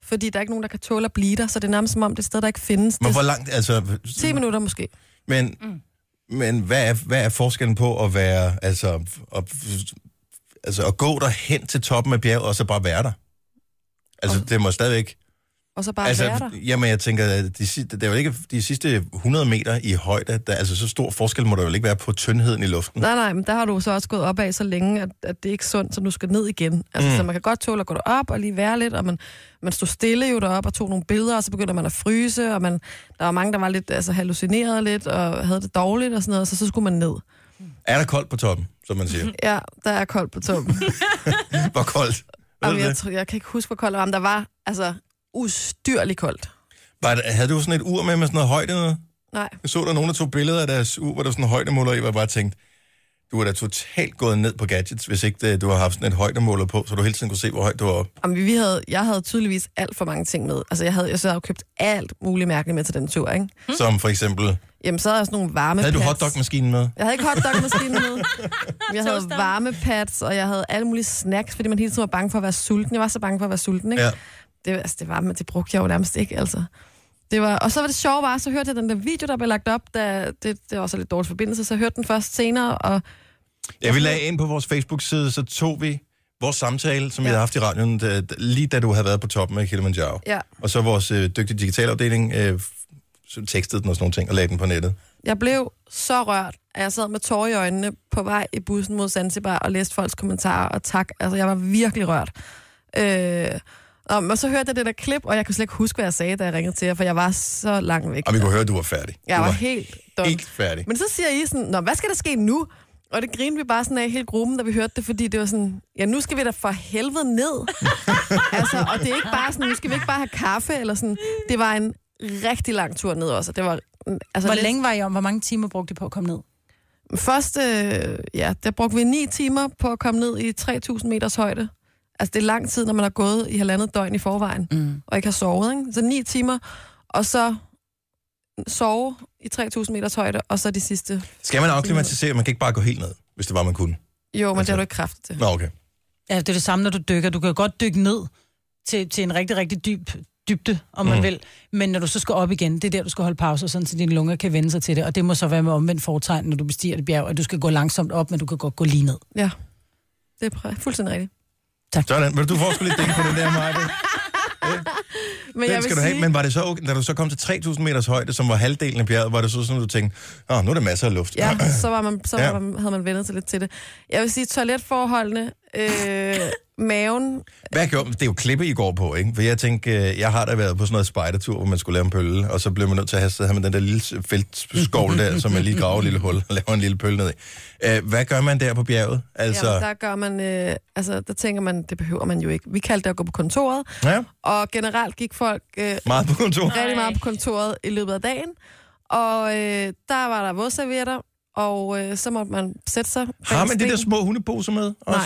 B: fordi der er ikke nogen, der kan tåle at blive der, så det er nærmest som om, det er et sted, der ikke findes.
A: Men
B: Det
A: hvor
B: er
A: langt, altså...
B: 10 minutter måske.
A: Men, mm. men hvad, er, hvad er forskellen på at være, altså at, altså at gå derhen til toppen af bjerget, og så bare være der? Altså, det må stadigvæk...
B: Og så bare altså, være
A: altså,
B: der.
A: jamen, jeg tænker, at de, sidste- der er jo ikke de sidste 100 meter i højde, der, altså så stor forskel må der vel ikke være på tyndheden i luften.
B: Nej, nej, men der har du så også gået op af så længe, at, at det er ikke sundt, så du skal ned igen. Altså, mm. så man kan godt tåle at gå derop og lige være lidt, og man, man stod stille jo derop og tog nogle billeder, og så begynder man at fryse, og man, der var mange, der var lidt altså, hallucineret lidt, og havde det dårligt og sådan noget, så så skulle man ned.
A: Er der koldt på toppen, som man siger?
B: Ja, der er koldt på toppen.
A: Hvor koldt? Ved du
B: Jamen, jeg,
A: det?
B: tror, jeg kan ikke huske, hvor koldt det var, men der var altså ustyrligt koldt.
A: Var det, havde du sådan et ur med, med sådan noget højde? Noget?
B: Nej,
A: Jeg så der nogen, der tog billeder af deres ur, hvor der var sådan en højdemåler i, hvor jeg bare tænkte, du er da totalt gået ned på gadgets, hvis ikke det, du har haft sådan et højdemåler på, så du hele tiden kunne se, hvor højt du var oppe.
B: Jamen, vi havde, jeg havde tydeligvis alt for mange ting med. Altså, jeg havde, jeg så havde jo købt alt muligt mærkeligt med til den tur, ikke?
A: Mm. Som for eksempel,
B: Jamen, så havde jeg sådan nogle varme
A: havde du hotdog-maskinen med?
B: Jeg havde ikke hotdog-maskinen med. Jeg havde
D: Toaster.
B: varmepads, og jeg havde alle mulige snacks, fordi man hele tiden var bange for at være sulten. Jeg var så bange for at være sulten, ikke?
A: Ja.
B: Ja. Det, altså, det, var, men det brugte jeg jo nærmest ikke, altså. Det var, og så var det sjove bare, så hørte jeg den der video, der blev lagt op, da det, det var så lidt dårlig forbindelse, så jeg hørte den først senere, og
A: Ja, vi lagde ind på vores Facebook-side, så tog vi vores samtale, som ja. vi
B: Ja.
A: havde haft i radioen, da, da- lige da du havde været på toppen af Kilimanjaro.
B: ja,
A: Og så vores øh, dygtige digitalafdeling øh, så tekstede den og sådan nogle ting, og lagde den på nettet.
B: jeg blev så rørt, at jeg sad med tårer i øjnene på vej i bussen mod Zanzibar og læste folks kommentarer og tak. Altså, jeg var virkelig rørt. Øh, og, og så hørte jeg det der klip, og jeg kunne slet ikke huske, hvad jeg sagde, da jeg ringede til jer, for jeg var så langt væk.
A: Og vi kunne høre, at du var færdig.
B: Jeg
A: du
B: var helt dum.
A: helt færdig.
B: Men så siger I sådan, Nå, hvad skal der ske nu? Og det grinede vi bare sådan af hele gruppen, da vi hørte det, fordi det var sådan, ja, nu skal vi da for helvede ned. altså, og det er ikke bare sådan, nu skal vi ikke bare have kaffe, eller sådan. Det var en rigtig lang tur ned også, og det var... mm, Altså,
C: Hvor
B: lidt-
C: længe var I om? Hvor mange timer brugte I på at komme ned?
B: Først, øh, ja, der brugte vi ni timer på at komme ned i 3.000 meters højde. Altså, det er lang tid, når man har gået i halvandet døgn i forvejen, mm. og ikke har sovet, ikke? Så ni timer, og så sove i 3.000 meters højde, og så de sidste...
A: Skal man afklimatisere? Man kan ikke bare gå helt ned, hvis det var, man kunne.
B: Jo, men
A: Altså-
B: det har du ikke kræfter til.
A: Nå, okay.
C: Ja, det er det samme, når du dykker. Du kan jo godt dykke ned til, til en rigtig, rigtig dyb dybde, om man
A: Mm.
C: mm. vil. Men når du så skal op igen, det er der, du skal holde pause, sådan, så dine lunger kan vende sig til det. Og det må så være med omvendt foretegn, når du bestiger det bjerg, at du skal gå langsomt op, men du kan godt gå lige ned.
B: Ja, det er præ- fuldstændig rigtigt.
A: Sådan, men du får sgu lidt dække på den der, Maja.
B: Men
A: Den skal du have, men var det så okay, da du så kom til 3.000 meters højde, som var halvdelen af bjerget, var det så sådan, at du tænkte, åh, nu er der masser af luft.
B: Ja, så, var man, så
A: Ja.
B: ja. Var man, havde man vendet sig lidt til det. Jeg vil sige, toiletforholdene, øh, maven,
A: Hvad gjorde Det er jo klippe, I går på, ikke? For jeg tænkte, øh, jeg har da været på sådan noget spejdertur, hvor man skulle lave en pølle, og så blev man nødt til at have, så havde man den der lille s- feltskovl der, som man lige graver et lille hul og laver en lille pølle ned i. Øh, Hvad gør man der på bjerget? Altså,
B: Jamen, der gør man, øh, altså, der tænker man, det behøver man jo ikke. Vi kaldte det at gå på kontoret,
A: ja,
B: og generelt gik folk øh,
A: meget på kontor.
B: rigtig meget på kontoret i løbet af dagen. Og øh, der var der vådservietter, og øh, så måtte man sætte sig. bag
A: Har man de
B: en
A: der
B: sten.
A: små hundeposer med også?
B: Nej.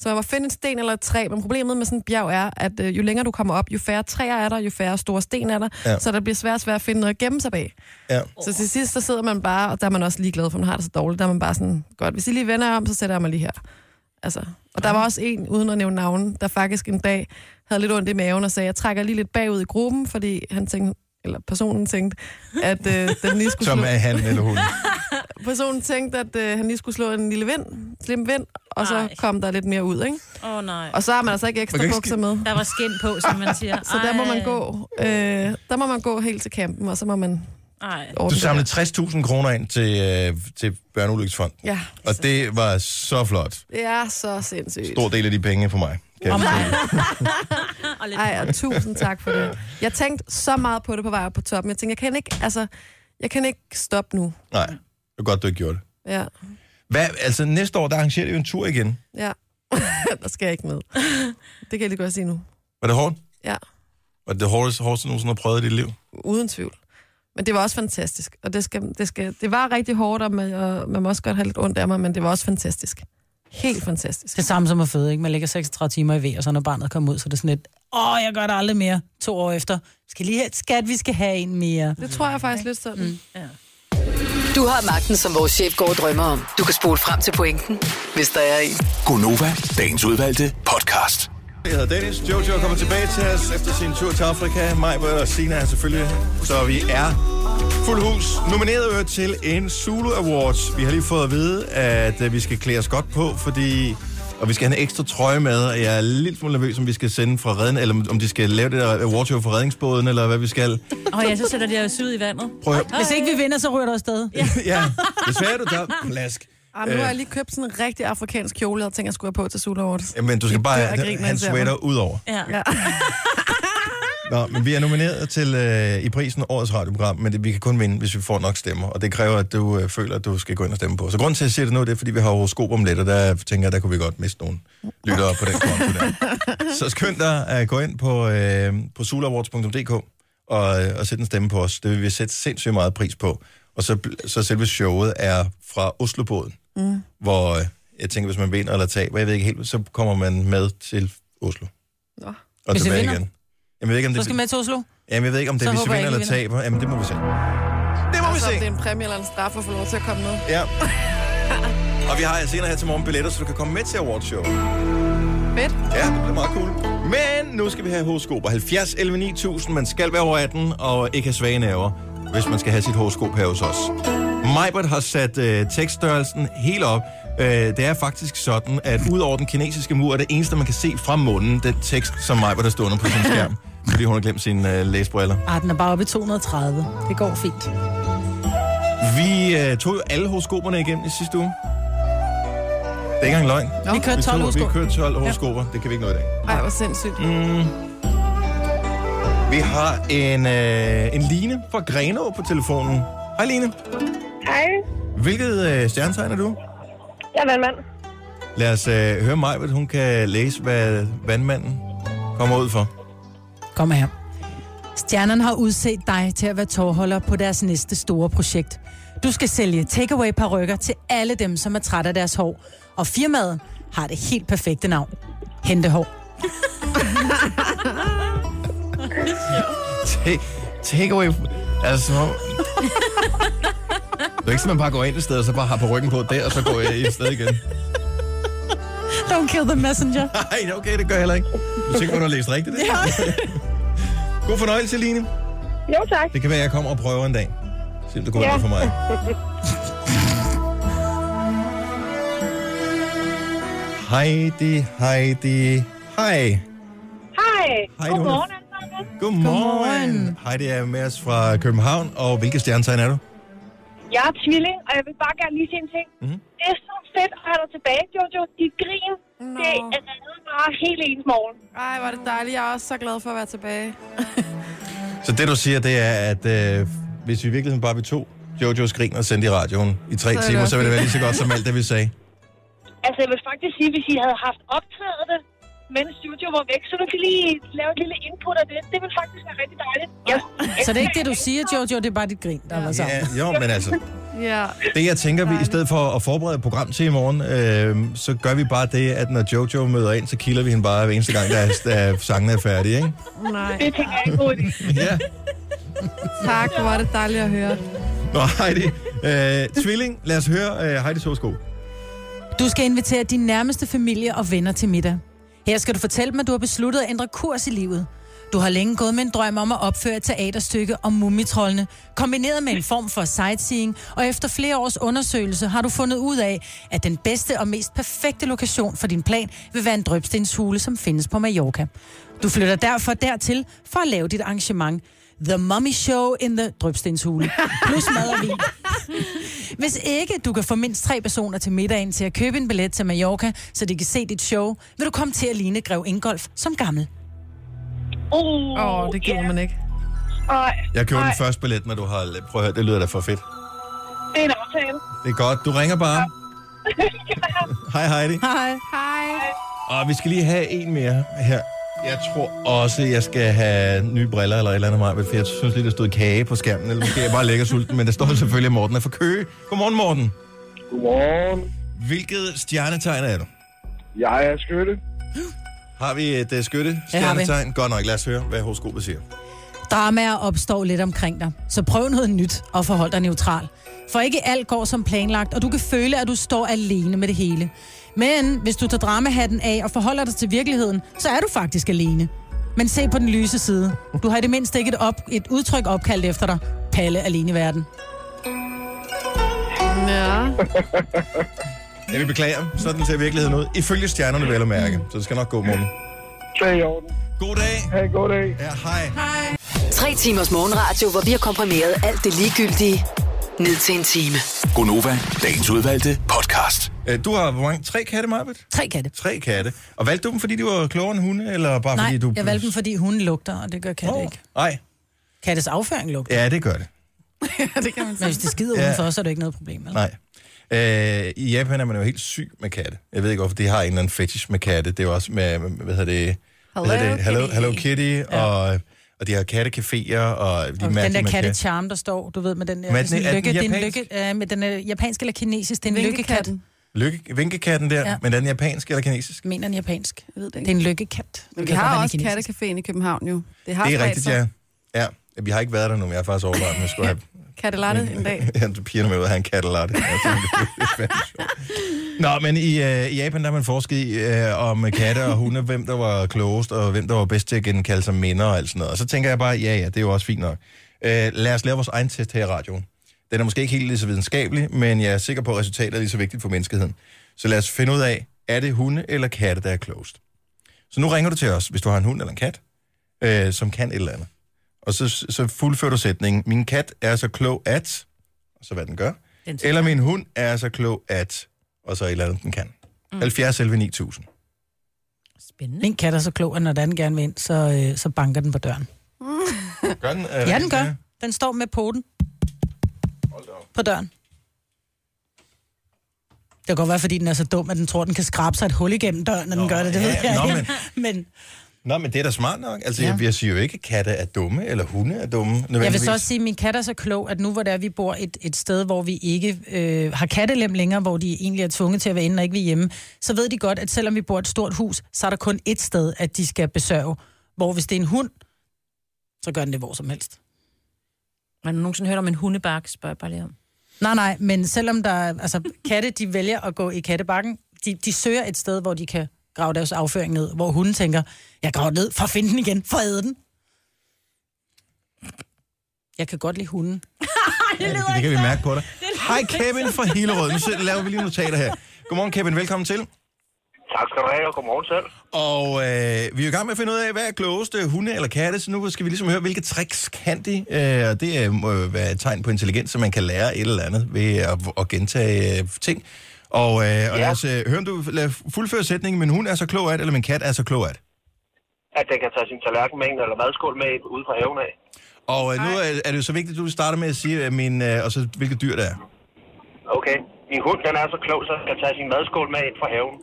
B: Så man må finde en sten eller et træ, men problemet med sådan et bjerg er, at øh, jo længere du kommer op, jo færre træer er der, jo færre store sten er der,
A: Ja.
B: ja. så der bliver svært svært at finde noget at gemme sig bag.
A: Ja.
B: Så til sidst, så sidder man bare, og der er man også ligeglad, for man har det så dårligt. Der er man bare sådan, godt, hvis I lige vender jer om, så sætter jeg mig lige her. Altså, og der var også en, uden at nævne navn, der faktisk en dag havde lidt ondt i maven og sagde, jeg trækker lige lidt bagud i gruppen, fordi han tænkte, eller personen tænkte, at øh, den lige skulle
A: Som
B: slå,
A: er han eller hun.
B: personen tænkte, at øh, han lige skulle slå en lille vind, slim vind, og så
D: Ej.
B: kom der lidt mere ud, ikke?
D: Åh oh, nej.
B: Og så har man altså ikke
A: Man
B: ekstra
A: kan ikke
B: bukser med.
D: Der var skin på, som man siger.
B: Så der må man
D: Ej,
B: gå, øh, der må man gå helt til kampen, og så må man
D: Ej.
B: ordne
A: Du
B: det.
A: samlede 60.000 kroner ind til, øh, til Børneulykkesfonden.
B: Ja,
A: Og det var så flot.
B: det er så sindssygt.
A: Stor del af de penge for mig. Kan jeg fortælle.
D: Og lidt
B: Ej, og tusind tak for det. Jeg tænkte så meget på det på vej op på toppen. Jeg tænkte, jeg kan ikke, altså, jeg kan ikke stoppe nu.
A: Nej, det er godt, du ikke gjorde det.
B: Ja,
A: Hvad, altså næste år, der arrangerer de jo en tur igen.
B: ja. der skal jeg ikke med. Det kan jeg lige godt sige nu.
A: Var det hårdt?
B: Ja,
A: Var det det hårdeste, hårdeste du nogensinde har prøvet i dit liv?
B: uden tvivl. Men det var også fantastisk, og det, skal, det, skal, det var rigtig hårdt, og man, og man må også godt have lidt ondt af mig, men det var også fantastisk. Helt fantastisk.
C: Det samme som at føde, ikke? Man ligger 36 timer i vejr, og så når barnet kommer ud, så er det sådan lidt, åh, jeg gør det aldrig mere to år efter. Skal lige have, skat, vi skal have en mere.
B: Det tror jeg faktisk lidt sådan.
E: Du har magten, som vores chef går og drømmer om. Du kan spole frem til pointen, hvis der er en.
F: Gonova, dagens udvalgte podcast.
A: Jeg hedder Dennis. Jojo kommer tilbage til os efter sin tur til Afrika. Mig, Bød og Sina er selvfølgelig. Så vi er fuld hus. Nomineret jo til en Zulu Awards. Vi har lige fået at vide, at øh, vi skal klæde os godt på, fordi... Og vi skal have en ekstra trøje med, og jeg er lidt smule nervøs, om vi skal sende fra redden, eller om- om de skal lave det der awardshow fra redningsbåden, eller hvad vi skal.
D: Og ja, så sætter de os ud i vandet.
A: Prøv at høre.
C: Hvis ikke vi vinder, så ryger der afsted. Ja.
A: ja, desværre er du der. Plask.
B: Jamen, nu har jeg
A: Øh.
B: lige købt sådan en rigtig afrikansk kjole, og tænker, jeg skulle have på til Sula Awards.
A: Men du skal bare
B: dør af
A: have
B: grin, når
A: hans
B: jeg ser
A: sweater ud over.
D: Ja.
B: Ja.
A: Nå, men vi er nomineret til øh, i prisen Årets Radioprogram, men det, vi kan kun vinde, hvis vi får nok stemmer, og det kræver, at du øh, føler, at du skal gå ind og stemme på. Så grunden til, at jeg siger det nu, det er, fordi vi har horoskop om lidt, og der tænker jeg, der kunne vi godt miste nogen lyttere på den konto der. Så skynd dig at gå ind på, øh, på sulawards.dk og, øh, og sætte en stemme på os. Det vil vi sætte sindssygt meget pris på. Og så, bl- så selve showet er fra Oslobåden, mm. hvor øh, jeg tænker, hvis man vinder eller taber, jeg ved ikke helt, så kommer man med til Oslo.
B: Nå.
A: Og
C: Hvis jeg
A: tilbage
C: vinder?
A: igen. Jamen, jeg ved ikke, om det,
C: Så skal vi med til Oslo.
A: Jamen, jeg ved ikke, om det er,
C: Så
A: hvis vi
C: håber jeg
A: vinder eller
C: ikke, vi
A: taber. Jamen, det må vi se. Det må vi
B: Så om Altså, det
A: se.
B: er en præmie eller en straf at få lov til at komme med.
A: Ja. Og vi har senere her til morgen billetter, så du kan komme med til awardshow.
B: Fedt.
A: Ja, det bliver meget cool. Men nu skal vi have horoskoper. 70 11 9000. Man skal være over 18 og ikke have svage nerver, hvis man skal have sit horoskop her hos os. Majbert har sat øh, tekststørrelsen helt op. Øh, det er faktisk sådan, at ud over den kinesiske mur, er det eneste, man kan se fra månen, den tekst, som Majbert har stående på sin skærm, fordi hun har glemt sine øh, læsbriller.
C: Ah, den er bare oppe i 230. Det går fint.
A: Vi øh, tog jo alle horoskoperne igennem i sidste uge. Det er ikke engang løgn.
C: Nå, vi
A: vi,
C: kørte 12
A: tog, vi
C: horoskop.
A: kørte 12 horoskoper. Det kan vi ikke nå i dag.
B: Ej, hvor sindssygt.
A: Mm. Vi har en, øh, en Line fra Grenå på telefonen. Hej Line.
G: Hej,
A: Hvilket øh, stjernetegn er du?
G: jeg er vandmand.
A: Lad os øh, høre mig, hvad hun kan læse, hvad vandmanden kommer ud for.
C: Kom her. Stjernerne har udset dig til at være tårholder på deres næste store projekt. Du skal sælge takeaway parrykker til alle dem, som er trætte af deres hår. Og firmaet har det helt perfekte navn. Hentehår.
A: Take, take away. Altså, som om... Det er ikke sådan, man bare går ind et sted, og så bare har på ryggen på der, og så går jeg et sted igen.
C: Don't kill the messenger.
A: Nej, okay, det gør jeg heller ikke. Du tænker, du har læst rigtigt, det? God fornøjelse, Line.
G: Jo, tak.
A: Det kan være, jeg kommer og prøver en dag. Se om det går
G: Ja.
A: ja. for mig. Heidi, Heidi, hej.
G: Hej.
A: Hej,
G: Godmorgen,
A: Lone.
G: alle sammen.
A: Godmorgen.
C: Godmorgen.
A: Heidi er med os fra København, og hvilket stjernetegn er du?
G: Jeg er tvilling, og jeg vil bare gerne lige sige en ting.
A: Mhm.
G: Det er så fedt at have dig tilbage, Jojo. Dit grin,
B: Nå.
G: det er reddet bare helt ens morgen.
B: Ej, var det dejligt. Jeg er også så glad for at være tilbage.
A: Så det, du siger, det er, at øh, hvis vi i virkeligheden bare vi to Jojo's grin og sendte i radioen i tre
B: Så
A: så
B: er det
A: timer,
B: også
A: så ville det
B: fint.
A: være lige så godt som alt det, vi sagde.
G: Altså, jeg vil faktisk sige, hvis I havde haft optaget det, mens Jojo var væk, så ville I lige lave et lille input af det. Det ville faktisk være rigtig dejligt. Ja.
C: Så det er ikke det, du siger, Jojo, det er bare dit grin, der var sammen.
A: Ja, jo, men altså,
B: Ja.
A: Det, jeg tænker, vi i stedet for at forberede et program til i morgen, øh, så gør vi bare det, at når Jojo møder ind, så kilder vi hende bare hver eneste gang, der er, der sangene er færdige, ikke?
B: Nej.
G: Det tænker jeg ikke ud i.
A: Ja.
B: Tak, hvor var det dejligt at høre.
A: Nå, Heidi. Øh, tvilling, lad os høre øh, Heidi Torskov.
C: Du skal invitere din nærmeste familie og venner til middag. Her skal du fortælle dem, at du har besluttet at ændre kurs i livet. Du har længe gået med en drøm om at opføre et teaterstykke om mumitrollene, kombineret med en form for sightseeing, og efter flere års undersøgelse har du fundet ud af, at den bedste og mest perfekte lokation for din plan vil være en drøbstenshule, som findes på Mallorca. Du flytter derfor dertil for at lave dit arrangement. The Mummy Show in the Drøbstenshule. Plus mad og vin. Hvis ikke du kan få mindst tre personer til middagen til at købe en billet til Mallorca, så de kan se dit show, vil du komme til at ligne Grev Ingolf som gammel.
G: Uh,
B: Åh, oh, det gjorde
G: ja.
B: man ikke.
G: Ej,
A: Jeg køber
G: ej,
A: den første billet, når du har... Prøv at høre, det lyder da for fedt.
G: Det er en aftale.
A: Det er godt. Du ringer bare. Hej Heidi.
C: Hej.
A: Og vi skal lige have en mere her. Jeg tror også, jeg skal have nye briller eller et eller andet meget, for jeg synes lige, der stod kage på skærmen, eller måske jeg bare lægger sulten, men der står selvfølgelig, at Morten er fra Køge. Godmorgen, Morten.
H: Godmorgen.
A: Hvilket stjernetegn er du?
H: Jeg er Skytte.
A: Har vi et uh, skytte stjernetegn? Godt nok, lad os høre, hvad horoskopet siger.
C: Dramaer opstår lidt omkring dig, så prøv noget nyt og forhold dig neutral. For ikke alt går som planlagt, og du kan føle, at du står alene med det hele. Men hvis du tager dramahatten af og forholder dig til virkeligheden, så er du faktisk alene. Men se på den lyse side. Du har i det mindste ikke et, op, et udtryk opkaldt efter dig. Palle alene i verden.
B: Ja.
A: Ja, vi beklager. Sådan ser virkeligheden ud. Ifølge stjernerne vel at mærke. Så det skal nok gå, Morten.
H: Det er i orden.
A: God dag.
H: Ha' en god dag.
A: Ja, hej.
E: Tre timers morgenradio, hvor vi har komprimeret alt det ligegyldige ned til en time.
F: Gonova, dagens udvalgte podcast.
A: Øh, Du har hvor mange? Tre katte, Marbet?
C: Tre katte.
A: Tre katte. Og valgte du dem, fordi de var klogere end hunde, eller bare fordi
C: Nej,
A: du...
C: jeg valgte dem, fordi hunden lugter, og det gør katte oh. ikke.
A: Nej,
C: Kattes afføring lugter.
A: ja, det gør det.
C: Men hvis de skider
A: Ja.
C: udenfor, så er det ikke noget problem. Eller?
A: Nej. Øh, I Japan er man jo helt syg med katte. Jeg ved ikke, hvorfor de har en eller anden fetish med katte. Det er jo også med, hvad hedder det?
B: Hello
A: hvad hedder det? Hello,
B: Kitty.
A: Hello Kitty, ja. og, og de har kattecaféer, og de
C: Og den der
A: mærkelige
C: katte
A: katte.
C: charm, der står, du ved, med den der...
A: Men er
C: Men
A: den-
C: sådan
A: er den
C: en lykke, det er en
A: japansk?
C: lykke, øh, med den øh, japansk eller kinesisk, det er en lykkekat.
B: Vinkekatten.
A: Lykke, vinkekatten der, ja. men er den japansk eller kinesisk?
C: Mener den japansk?
B: Jeg ved det
C: Det er
B: ikke.
C: en lykkekat.
B: Men
C: Det
B: vi
C: kan godt
B: har
C: være,
B: også
C: den er kinesisk.
B: kattecaféen i København jo. Det, har
A: Det er
B: spredt
A: rigtigt,
B: sig.
A: ja. Ja, vi har ikke været der nu, men jeg har faktisk overvejet, om jeg skulle have
B: Kattelatte
A: Mm.
B: en dag.
A: Ja, du pigerne med ud at have en kattelatte. Jeg tænkte, det er fandme sjovt. Nå, men i, øh, i Japan, der har man forsket i, øh, om katte og hunde, hvem der var klogest, og hvem der var bedst til at genkalde sig minder og alt sådan noget. Og så tænker jeg bare, ja, ja, det er jo også fint nok. Øh, lad os lave vores egen test her i radioen. Den er måske ikke helt lige så videnskabelig, men jeg er sikker på, at resultatet er lige så vigtigt for menneskeheden. Så lad os finde ud af, er det hunde eller katte, der er klogest? Så nu ringer du til os, hvis du har en hund eller en kat, øh, som kan et eller andet. Og så, så fuldfører du sætningen, min kat er så klog at og så hvad den gør.
D: Den
A: Eller min hund er så klog at, og så et eller andet, den kan. Mm. 70 11 9000.
D: Spændende.
C: Min kat er så klog, at når den gerne vil ind, så, øh, så banker den på døren.
A: Gør den? øh,
C: Ja,
A: rigtig
C: den gør.
A: det?
C: Den står med poten
A: Hold da op.
C: på døren. Det kan godt være, fordi den er så dum, at den tror, den kan skrabe sig et hul igennem døren, når den
A: Nå,
C: gør det. Det
A: ja,
C: ved jeg
A: nå,
C: ikke. Men
A: Nå, men det er da smart nok. Altså, ja.
C: Ja.
A: jeg, jeg siger jo ikke, at katte er dumme, eller hunde er dumme.
C: Jeg vil
A: nødvendigvis.
C: så også sige, at min kat er så klog, at nu hvor det er, vi bor et, et sted, hvor vi ikke øh, har kattelem længere, hvor de egentlig er tvunget til at være inde og ikke vil hjemme, så ved de godt, at selvom vi bor et stort hus, så er der kun et sted, at de skal besøge. Hvor hvis det er en hund, så gør den det hvor som helst.
D: Man har nogensinde hørt om en hundebark, spørger jeg bare lige om.
C: Nej, nej, men selvom der er- altså, katte, de vælger at gå i kattebakken, de, de søger et sted, hvor de kan grave deres afføring ned, hvor hunden tænker, jeg graver ned for at finde den igen, for at æde den. Jeg kan godt lide hunden.
A: Ja, det, det kan vi mærke på dig. Hej Kevin fra Hillerød. Nu sidder- laver vi lige notater her. Godmorgen Kevin, velkommen til.
H: Tak skal du have, og godmorgen selv.
A: Og øh, vi er i gang med at finde ud af, hvad er klogest, øh, hunde eller katte, så nu skal vi ligesom høre, hvilke tricks kan de, øh, og det øh, må jo være et tegn på intelligens, så man kan lære et eller andet ved at, at gentage øh, ting. Og, øh, og lad os øh, høre, om du lad fuldføre sætningen, men hun er så klog at, eller min kat er så klog at.
H: At den kan tage sin tallerken med en eller madskål med ind ude fra haven af.
A: Og øh, nu er, er det jo så vigtigt, at du starter med at sige, øh, min, øh, og så, hvilke dyr det er.
H: Okay. Min hund, den er så klog, så den kan tage sin madskål med ind fra haven.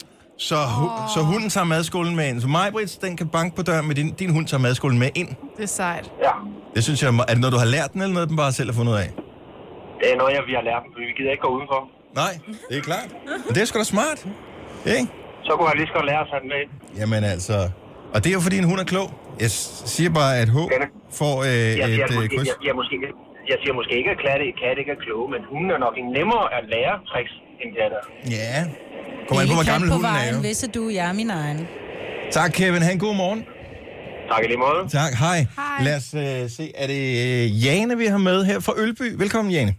A: Så, hu, så hunden tager madskålen med ind. Så Majbrits, den kan banke på døren, men din, din hund tager madskålen med ind.
B: Det er sejt.
H: Ja.
A: Det synes jeg, er det noget, du har lært den, eller noget, den bare selv har fundet ud af?
H: Det er noget, jeg vi har lært dem, for vi gider ikke gå udenfor.
A: Nej, det er klart. Men det er sgu da smart. Ikke?
H: Så kunne han lige så godt lære sig den med.
A: Jamen altså... Og det er jo fordi, en hund er klog. Jeg s- siger bare, at H får øh,
H: Jeg,
A: et
H: jeg,
A: øh,
H: måske,
A: kryds.
H: jeg, jeg, måske, jeg siger måske ikke, at klatte, katte ikke er kloge, men hunden er nok en nemmere at lære tricks, end katter.
A: Ja. Kommer an på, hvor
C: Lille kat
A: gammel
C: på
A: hunden er
C: vejen,
A: jo.
C: Visse du, jeg er min egen.
A: Tak, Kevin. Ha' en god morgen.
H: Tak i lige måde.
A: Tak. Hej. Hej. Lad os øh, se. Er det øh, Jane, vi har med her fra Ølby? Velkommen, Jane.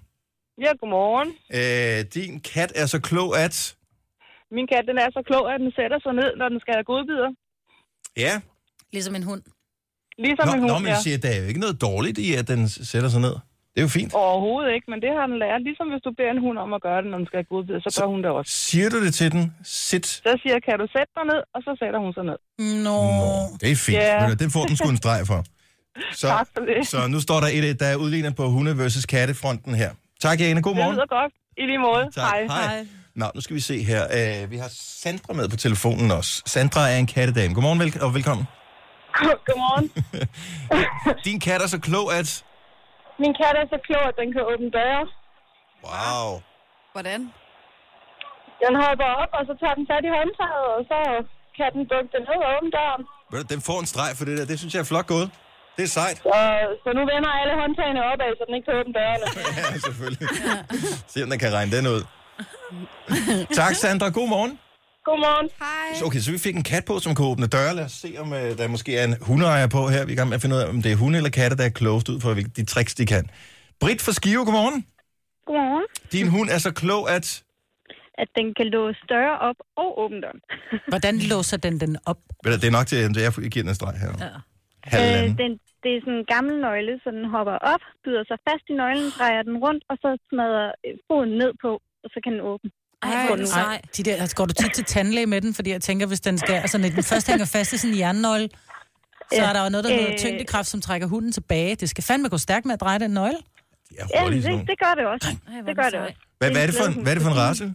I: Ja, godmorgen.
A: Øh, din kat er så klog, at...
I: Min kat, den er så klog, at den sætter sig ned, når den skal have godbider.
A: Ja.
D: Ligesom en hund.
I: Ligesom
A: Nå,
I: en hund,
A: nå, men jeg siger, der er jo ikke noget dårligt i, at den s- sætter sig ned. Det er jo fint.
I: Overhovedet ikke, men det har den lært. Ligesom hvis du beder en hund om at gøre det, når den skal have godbider, så,
A: Så-
I: gør hun det også.
A: Siger du det til den? Sit.
I: Så siger jeg, kan du sætte dig ned? Og så sætter hun sig ned.
C: Nå.
A: Nå, det er fint.
I: Ja.
A: Yeah. Den får den sgu en streg for. Så,
I: Tak for det.
A: så nu står der et, der er udlignet på hunde versus kattefronten her. Tak, Jane. God
I: Det
A: morgen.
I: lyder godt. I lige måde.
A: Tak.
I: Hej.
A: Hej. Nå, nu skal vi se her. Uh, vi har Sandra med på telefonen også. Sandra er en kattedame. Godmorgen vel- og velkommen.
I: Godmorgen.
A: Din kat er så klog, at...
I: Min kat er så klog, at den kan åbne døre.
A: Wow.
B: Hvordan?
I: Den hopper op, og så tager den fat i håndtaget, og så kan den dukke den ned og åbne døren.
A: Ved du, Den får en streg for det der. Det synes jeg er flot gået. Det er sejt.
I: Og, så nu vender alle håndtagene opad, så den ikke kan åbne dørene.
A: Ja, selvfølgelig. Se, om den kan regne den ud. tak, Sandra. God morgen.
I: Godmorgen.
A: Så, Okay, så vi fik en kat på, som kunne åbne døre. Lad os se, om øh, der måske er en hundeejer på her. Vi er i gang med at finde ud af, om det er hunde eller katte, der er klogest ud for hvilke de tricks, de kan. Britt fra Skive, godmorgen.
I: Godmorgen.
A: Din hund er så klog, at...
I: At den kan låse døre op og åbne døren.
C: Hvordan låser den den op?
A: Ved du, det er nok til, at jeg giver den en streg her. Ja.
I: Øh,
A: Halvanden.
I: den, det er sådan en gammel nøgle, så den hopper op, bider sig fast i nøglen, drejer den rundt, og så smadrer øh, foden ned på, og så kan den åbne.
D: Ej, hvor er den sej.
C: De der, altså, går du tit til tandlæge med den? Fordi jeg tænker, hvis den skal... Altså, når den først hænger fast i sådan en jernnøgle, så
I: Ja.
C: er der jo noget, der hedder
I: Øh.
C: tyngdekraft, som trækker hunden tilbage. Det skal fandme gå stærkt med at dreje den nøgle.
A: Ja,
I: Ja,
A: hurtigt, sådan
I: det,
A: nogle.
I: det gør det også.
D: Ej,
I: Det gør det også.
A: Hvad, hvad, er det for en, hvad er det for en race?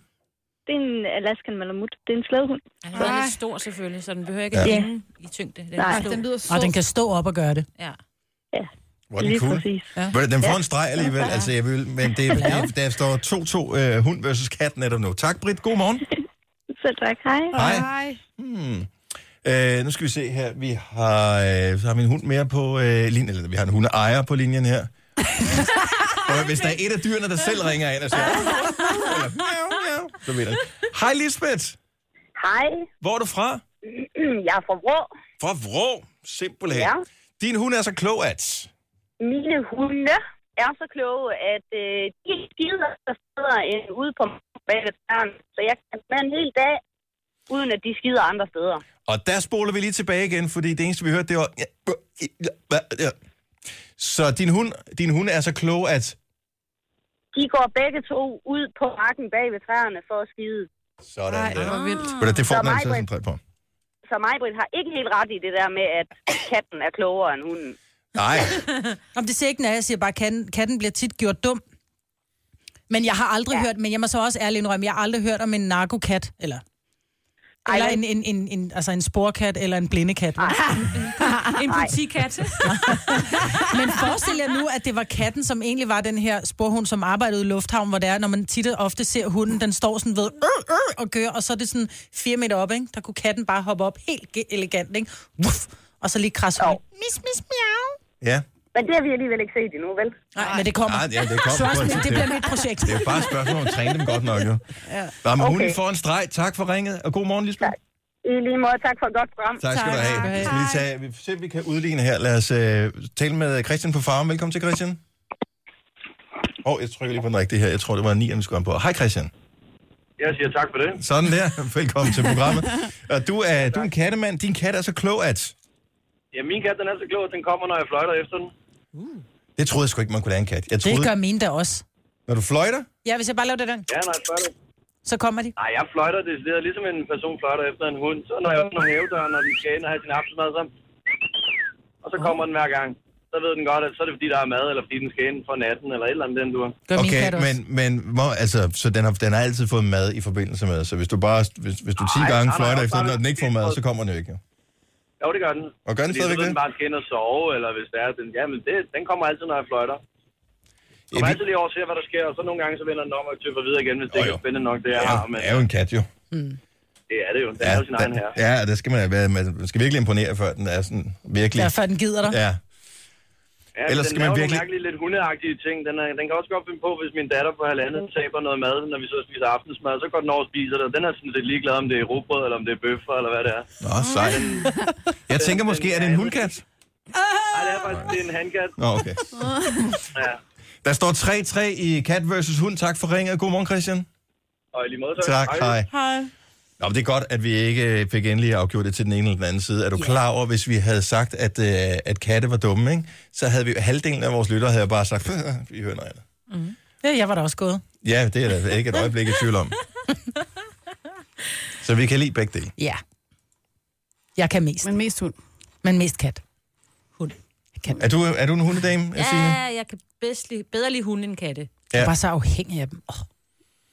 I: Det er en Alaskan Malamut. Det er en slædehund.
D: Ja, Den er lidt stor selvfølgelig, så den behøver ikke at
I: Ja.
D: hænge i tyngde. Den
I: Nej.
D: er stor.
B: Den lyder sød.
C: Og den kan stå op og gøre det.
D: Ja.
A: Hvor er den
I: Lige
A: cool.
I: præcis.
A: Ved du, Den får en streg alligevel, altså jeg vil, men det, det, der står 2-2 øh, hund versus kat netop nu. Tak, Britt. God morgen.
I: Selv tak. Hej.
A: Hej. Hmm. Øh, nu skal vi se her. Vi har, øh, så har vi en hund mere på øh, linjen, eller vi har en hundeejer på linjen her. Og hvis der er et af dyrene, der selv ringer ind og siger, eller, miau, miau, så ved jeg. Hej Lisbeth,
I: Hej.
A: hvor er du fra?
I: Jeg er fra Vrå.
A: Fra Vrå, simpelthen.
I: Ja.
A: Din hund er så klog at...
I: Mine hunde er så kloge, at øh, de skider sig steder end øh, ude på bag ved døren. Så jeg kan være en hel dag, uden at de skider andre steder.
A: Og der spoler vi lige tilbage igen, fordi det eneste, vi hørte, det var... ja, ja, ja, ja. Så din hund, din hund er så klog at...
I: De går begge to ud på marken bag ved træerne for at skide.
A: Sådan
B: Ej,
A: der.
B: hvor vildt.
A: Ved du, Det får
I: Så
A: den altså
I: mig,
A: sådan en på.
I: Så Majbrit har ikke helt ret i det der med, at katten er klogere end hunden.
A: Nej,
C: Om det siger ikke, når jeg siger bare, at katten, katten bliver tit gjort dum. Men jeg har aldrig ja. hørt, men jeg må så også ærligt indrømme, jeg har aldrig hørt om en narkokat, eller,
I: Ej,
C: eller
I: men-
C: en, en, en, en, altså en sporkat, eller en blindekat. Ej.
D: En politikat.
C: Men forestil jer nu, at det var katten, som egentlig var den her sporhund, som arbejdede i Lufthavn, hvor det er, når man tit og ofte ser hunden, den står sådan ved øh, øh, og gør, og så er det sådan fire meter op, ikke? der kunne katten bare hoppe op helt ge- elegant, ikke? Wuff, og så lige krasse oh. Mis, mis, miau.
A: ja.
I: Men det har vi alligevel ikke set endnu, vel?
C: Nej, men det kommer.
A: Nej, ja, det kommer
C: Trust
A: på et
C: me, det
A: tidspunkt.
C: bliver mit projekt.
A: Det er jo bare et spørgsmål om at træne dem godt nok, jo. Ja. Nå, men okay. hun
I: Okay.
A: er for en streg. Tak for ringet, og god morgen, Lisbeth. Tak.
I: I lige måde, tak for et godt program.
A: Tak skal du have. Vi skal lige tage, vi ser, vi kan udligne her. Lad os øh, tale med Christian på farven. Velkommen til, Christian. Åh, oh, jeg trykker lige på den rigtige her. Jeg tror, det var 9, vi skulle have på. Hej, Christian.
H: Jeg siger tak for det.
A: Sådan der. Velkommen til programmet. Og du er, du er en kattemand. Din kat er så klog, at...
H: Ja, min kat, den er så klog, at den kommer, når jeg fløjter efter den.
A: Det troede jeg sgu ikke, man kunne lære en kat. Jeg troede,
C: Det gør mine da også.
A: når du fløjter,
C: Ja, hvis jeg bare laver det der,
H: Ja, når jeg fløjter.
C: så kommer de.
H: Nej, jeg fløjter det er ligesom en person fløjter efter en hund. Så når jeg åbner havedøren, når den skal ind og have sin aftensmad, så... Og så kommer den hver gang. Så ved den godt, at så er det fordi, der er mad, eller fordi den skal ind for natten, eller et eller andet, den du har.
C: Gør min
A: okay,
C: kat også.
A: men, men hvor, altså, så den har, den har altid fået mad i forbindelse med, så hvis du bare, hvis, hvis du 10
H: Ej,
A: gange
H: nej,
A: fløjter
H: nej,
A: efter den,
H: nej,
A: og den ikke får mad, så kommer den jo ikke. jo.
H: Jo, det gør den.
A: Og gør den
H: Fordi så
A: stadigvæk
H: ved
A: det?
H: den bare skal ind og sove, eller hvis det er den. Jamen, det, den kommer altid, når jeg fløjter. Man
A: Ja,
H: må
A: vi-
H: altid lige over og se, hvad der sker, og så nogle gange så vender den om og tøffer videre igen, hvis det
A: Jo,
H: ikke
A: jo.
H: er spændende nok, det jeg
A: Ja,
H: har. Men
A: det er jo en kat, jo.
H: det er det jo. Det er jo sin egen her.
A: ja, ja, det skal man, være- man skal virkelig imponere, før den er sådan virkelig...
C: Ja, før den gider dig. Ja.
A: Ja,
H: Ja,
A: Ellers
H: Ellers den
A: skal
H: skal
A: man
H: man
A: virkelig-
H: nogle mærkelige, lidt hundeagtige ting. Den, er, den kan også godt finde på, hvis min datter på halvandet taber noget mad, når vi så spiser aftensmad, så går den over og spiser det. Den er sådan set ligeglad, om det er rugbrød, eller om det er bøffer, eller hvad det er.
A: nå, sej. Jeg tænker måske, er det en hundkat?
H: Nej, det er faktisk det er en handkat.
A: Nå, okay.
H: Ja.
A: Der står 3-3 i Kat vs. Hund. Tak for ringet. Godmorgen, Christian.
H: Og i lige måde, så...
A: Tak, hej.
C: Hej.
A: Nå, men det er godt, at vi ikke øh, fik endelig afgjort det til den ene eller den anden side. Er du klar over, hvis vi havde sagt, at, øh, at katte var dumme, ikke? så havde vi halvdelen af vores lyttere havde bare sagt, vi hører noget andet.
C: Ja, jeg var da også gået.
A: Ja, det er der ikke et øjeblik i tvivl om. Så vi kan lide begge dele.
C: Ja. Jeg kan mest,
J: Men mest hund.
C: men mest kat. Hund. Jeg kan.
A: Er du, er du en hundedame, Signe?
D: Ja, jeg kan bedst lide, bedre lide hunde end katte.
C: Jeg er bare så afhængig af dem. Oh.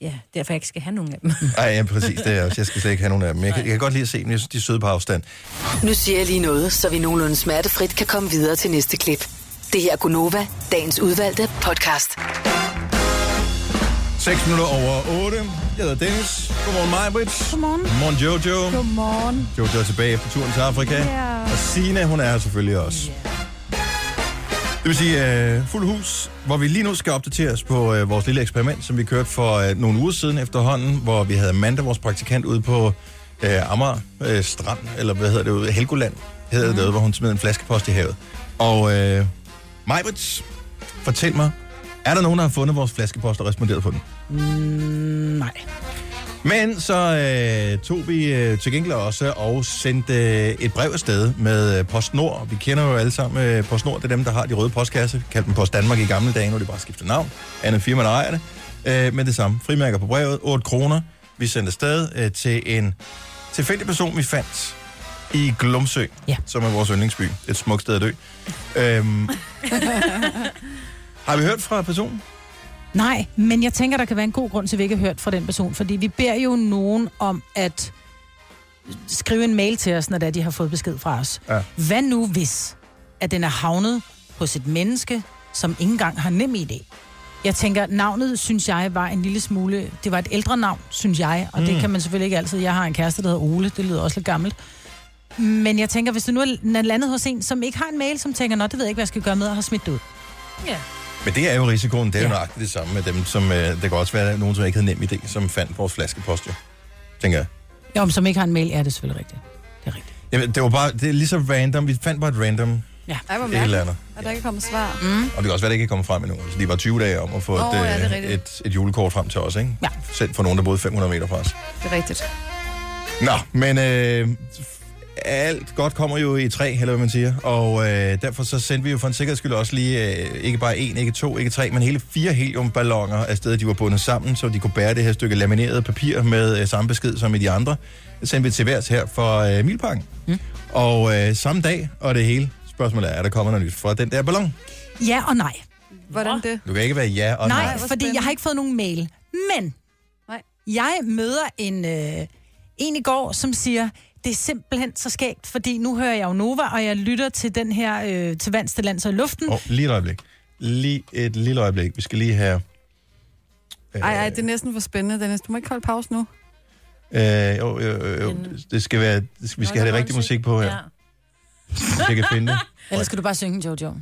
D: Ja, derfor jeg ikke skal have nogen af dem.
A: Nej, ja, præcis. Det er, jeg også. jeg skal slet ikke have nogen af dem. Jeg kan, jeg kan godt lide at se dem. Jeg synes, de er søde på afstand.
E: Nu siger jeg lige noget, så vi nogenlunde smertefrit kan komme videre til næste klip. Det her er Gunova, dagens udvalgte podcast.
A: 6 minutter over 8. Jeg hedder Dennis. Godmorgen, Maja Brits. Godmorgen. Godmorgen, Jojo.
J: Godmorgen.
A: Jojo er tilbage efter turen til Afrika. Yeah. Og Sina, hun er her selvfølgelig også. Yeah. Det vil sige uh, fuld hus, hvor vi lige nu skal opdatere os på uh, vores lille eksperiment, som vi kørte for uh, nogle uger siden efterhånden, hvor vi havde Amanda, vores praktikant, ude på uh, Amager uh, Strand, eller hvad hedder det, ude? Helgoland hedder mm. det, hvor hun smed en flaskepost i havet. Og uh, Majbrits, fortæl mig, er der nogen, der har fundet vores flaskepost og responderet på den?
C: Nej.
A: Men så øh, tog vi øh, til gengæld også og sendte øh, et brev afsted med øh, PostNord. Vi kender jo alle sammen øh, PostNord. Det er dem, der har de røde postkasser. Kaldte dem Post Danmark i gamle dage, nu har de bare skiftet navn. Andet firma, der ejer det. Øh, men det samme. Frimærker på brevet. 8 kroner. Vi sendte afsted øh, til en tilfældig person, vi fandt i Glumsø,
C: Ja.
A: som er vores yndlingsby. Et smukt sted at dø. Øhm, har vi hørt fra personen?
C: Nej, men jeg tænker, der kan være en god grund til, at vi ikke har hørt fra den person. Fordi vi beder jo nogen om at skrive en mail til os, når det er, de har fået besked fra os.
A: Ja.
C: Hvad nu hvis, at den er havnet hos et menneske, som ikke engang har nem idé? Jeg tænker, navnet, synes jeg, var en lille smule... Det var et ældre navn, synes jeg, og mm. det kan man selvfølgelig ikke altid. Jeg har en kæreste, der hedder Ole, det lyder også lidt gammelt. Men jeg tænker, hvis det nu er den er landet hos en, som ikke har en mail, som tænker, nå, det ved jeg ikke, hvad jeg skal gøre med, og har smidt det ud.
D: ja.
A: Men det er jo risikoen. Det er jo
C: Ja.
A: nøjagtigt det samme med dem, som... Øh, det kan også være nogen, som ikke havde nem idé, som fandt vores flaskepost, jo. Tænker jeg.
C: Jo, men som ikke har en mail, er det selvfølgelig rigtigt. Det er rigtigt.
A: Jamen, det var bare... Det er lige så random. Vi fandt bare et random
B: Ej, hvor
A: et eller
B: mærkeligt,
A: andet.
B: at der ikke kommer svar.
A: Og det kan også være, det ikke er kommet frem endnu. Altså, de var 20 dage om at få et,
B: Åh, ja, det er
A: øh,
B: rigtigt.
A: et, et julekort frem til os, ikke?
C: Ja.
A: Selv for nogen, der boede 500 meter fra os.
B: Det er rigtigt.
A: Nå, men øh, alt godt kommer jo i tre, eller hvad man siger. Og øh, derfor så sendte vi jo for en sikkerheds skyld også lige, øh, ikke bare en, ikke to, ikke tre, men hele fire heliumballoner afsted. De var bundet sammen, så de kunne bære det her stykke lamineret papir med øh, samme besked som i de andre. Det sendte vi til hvert her for øh, Milparken. Mm. Og øh, samme dag og det hele. Spørgsmålet er, er der kommer noget nyt fra den der ballon?
C: Ja og nej.
B: Hvordan det?
A: Du kan ikke være ja og nej.
C: Nej,
A: nej.
C: nej fordi
B: spændende.
C: jeg har ikke fået nogen mail. Men
J: Nej.
C: jeg møder en, øh, en i går, som siger, det er simpelthen så skægt, fordi nu hører jeg jo Nova, og jeg lytter til den her øh, til vands, til lands og i luften.
A: Oh, lige et øjeblik. Lige et lille øjeblik. Vi skal lige have... øh,
B: Ej, ej, det er næsten for spændende, Dennis. Du må ikke holde pause nu.
A: Øh, jo, jo, jo, jo.
D: Den-
A: Det skal være, det skal, vi skal have
D: Nå, der
A: det
D: var
A: rigtige
D: musik.
A: musik på her,
D: Ja.
A: så jeg kan finde det.
C: Eller skal du bare synge, Jojo?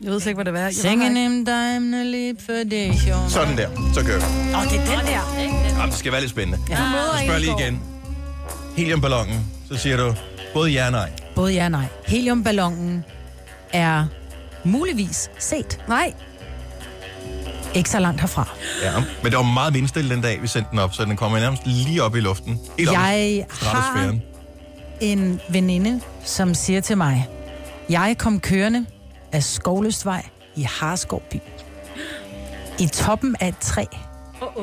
B: Jeg ved slet ikke, hvad det var. Jeg var
C: Sing
B: her
C: en
B: ikke.
C: im dime lige for det, jo. Åh,
A: Sådan der, så kører vi.
C: oh, det er den der.
A: Jamen, det skal være lidt spændende. Ja.
B: møder
A: Spørg
B: en i
A: lige
B: går.
A: igen. Heliumballonen, så siger du både ja og nej.
C: Både ja og nej. Heliumballonen er muligvis set.
B: Nej,
C: Ikke så langt herfra.
A: Ja. Men det var meget vindstille den dag, vi sendte den op, så den kom nærmest lige op i luften. Helt op i
C: Jeg har
A: stratosfæren.
C: en veninde, som siger til mig, jeg kom kørende af Skovløstvej i Harskov by. I toppen af et træ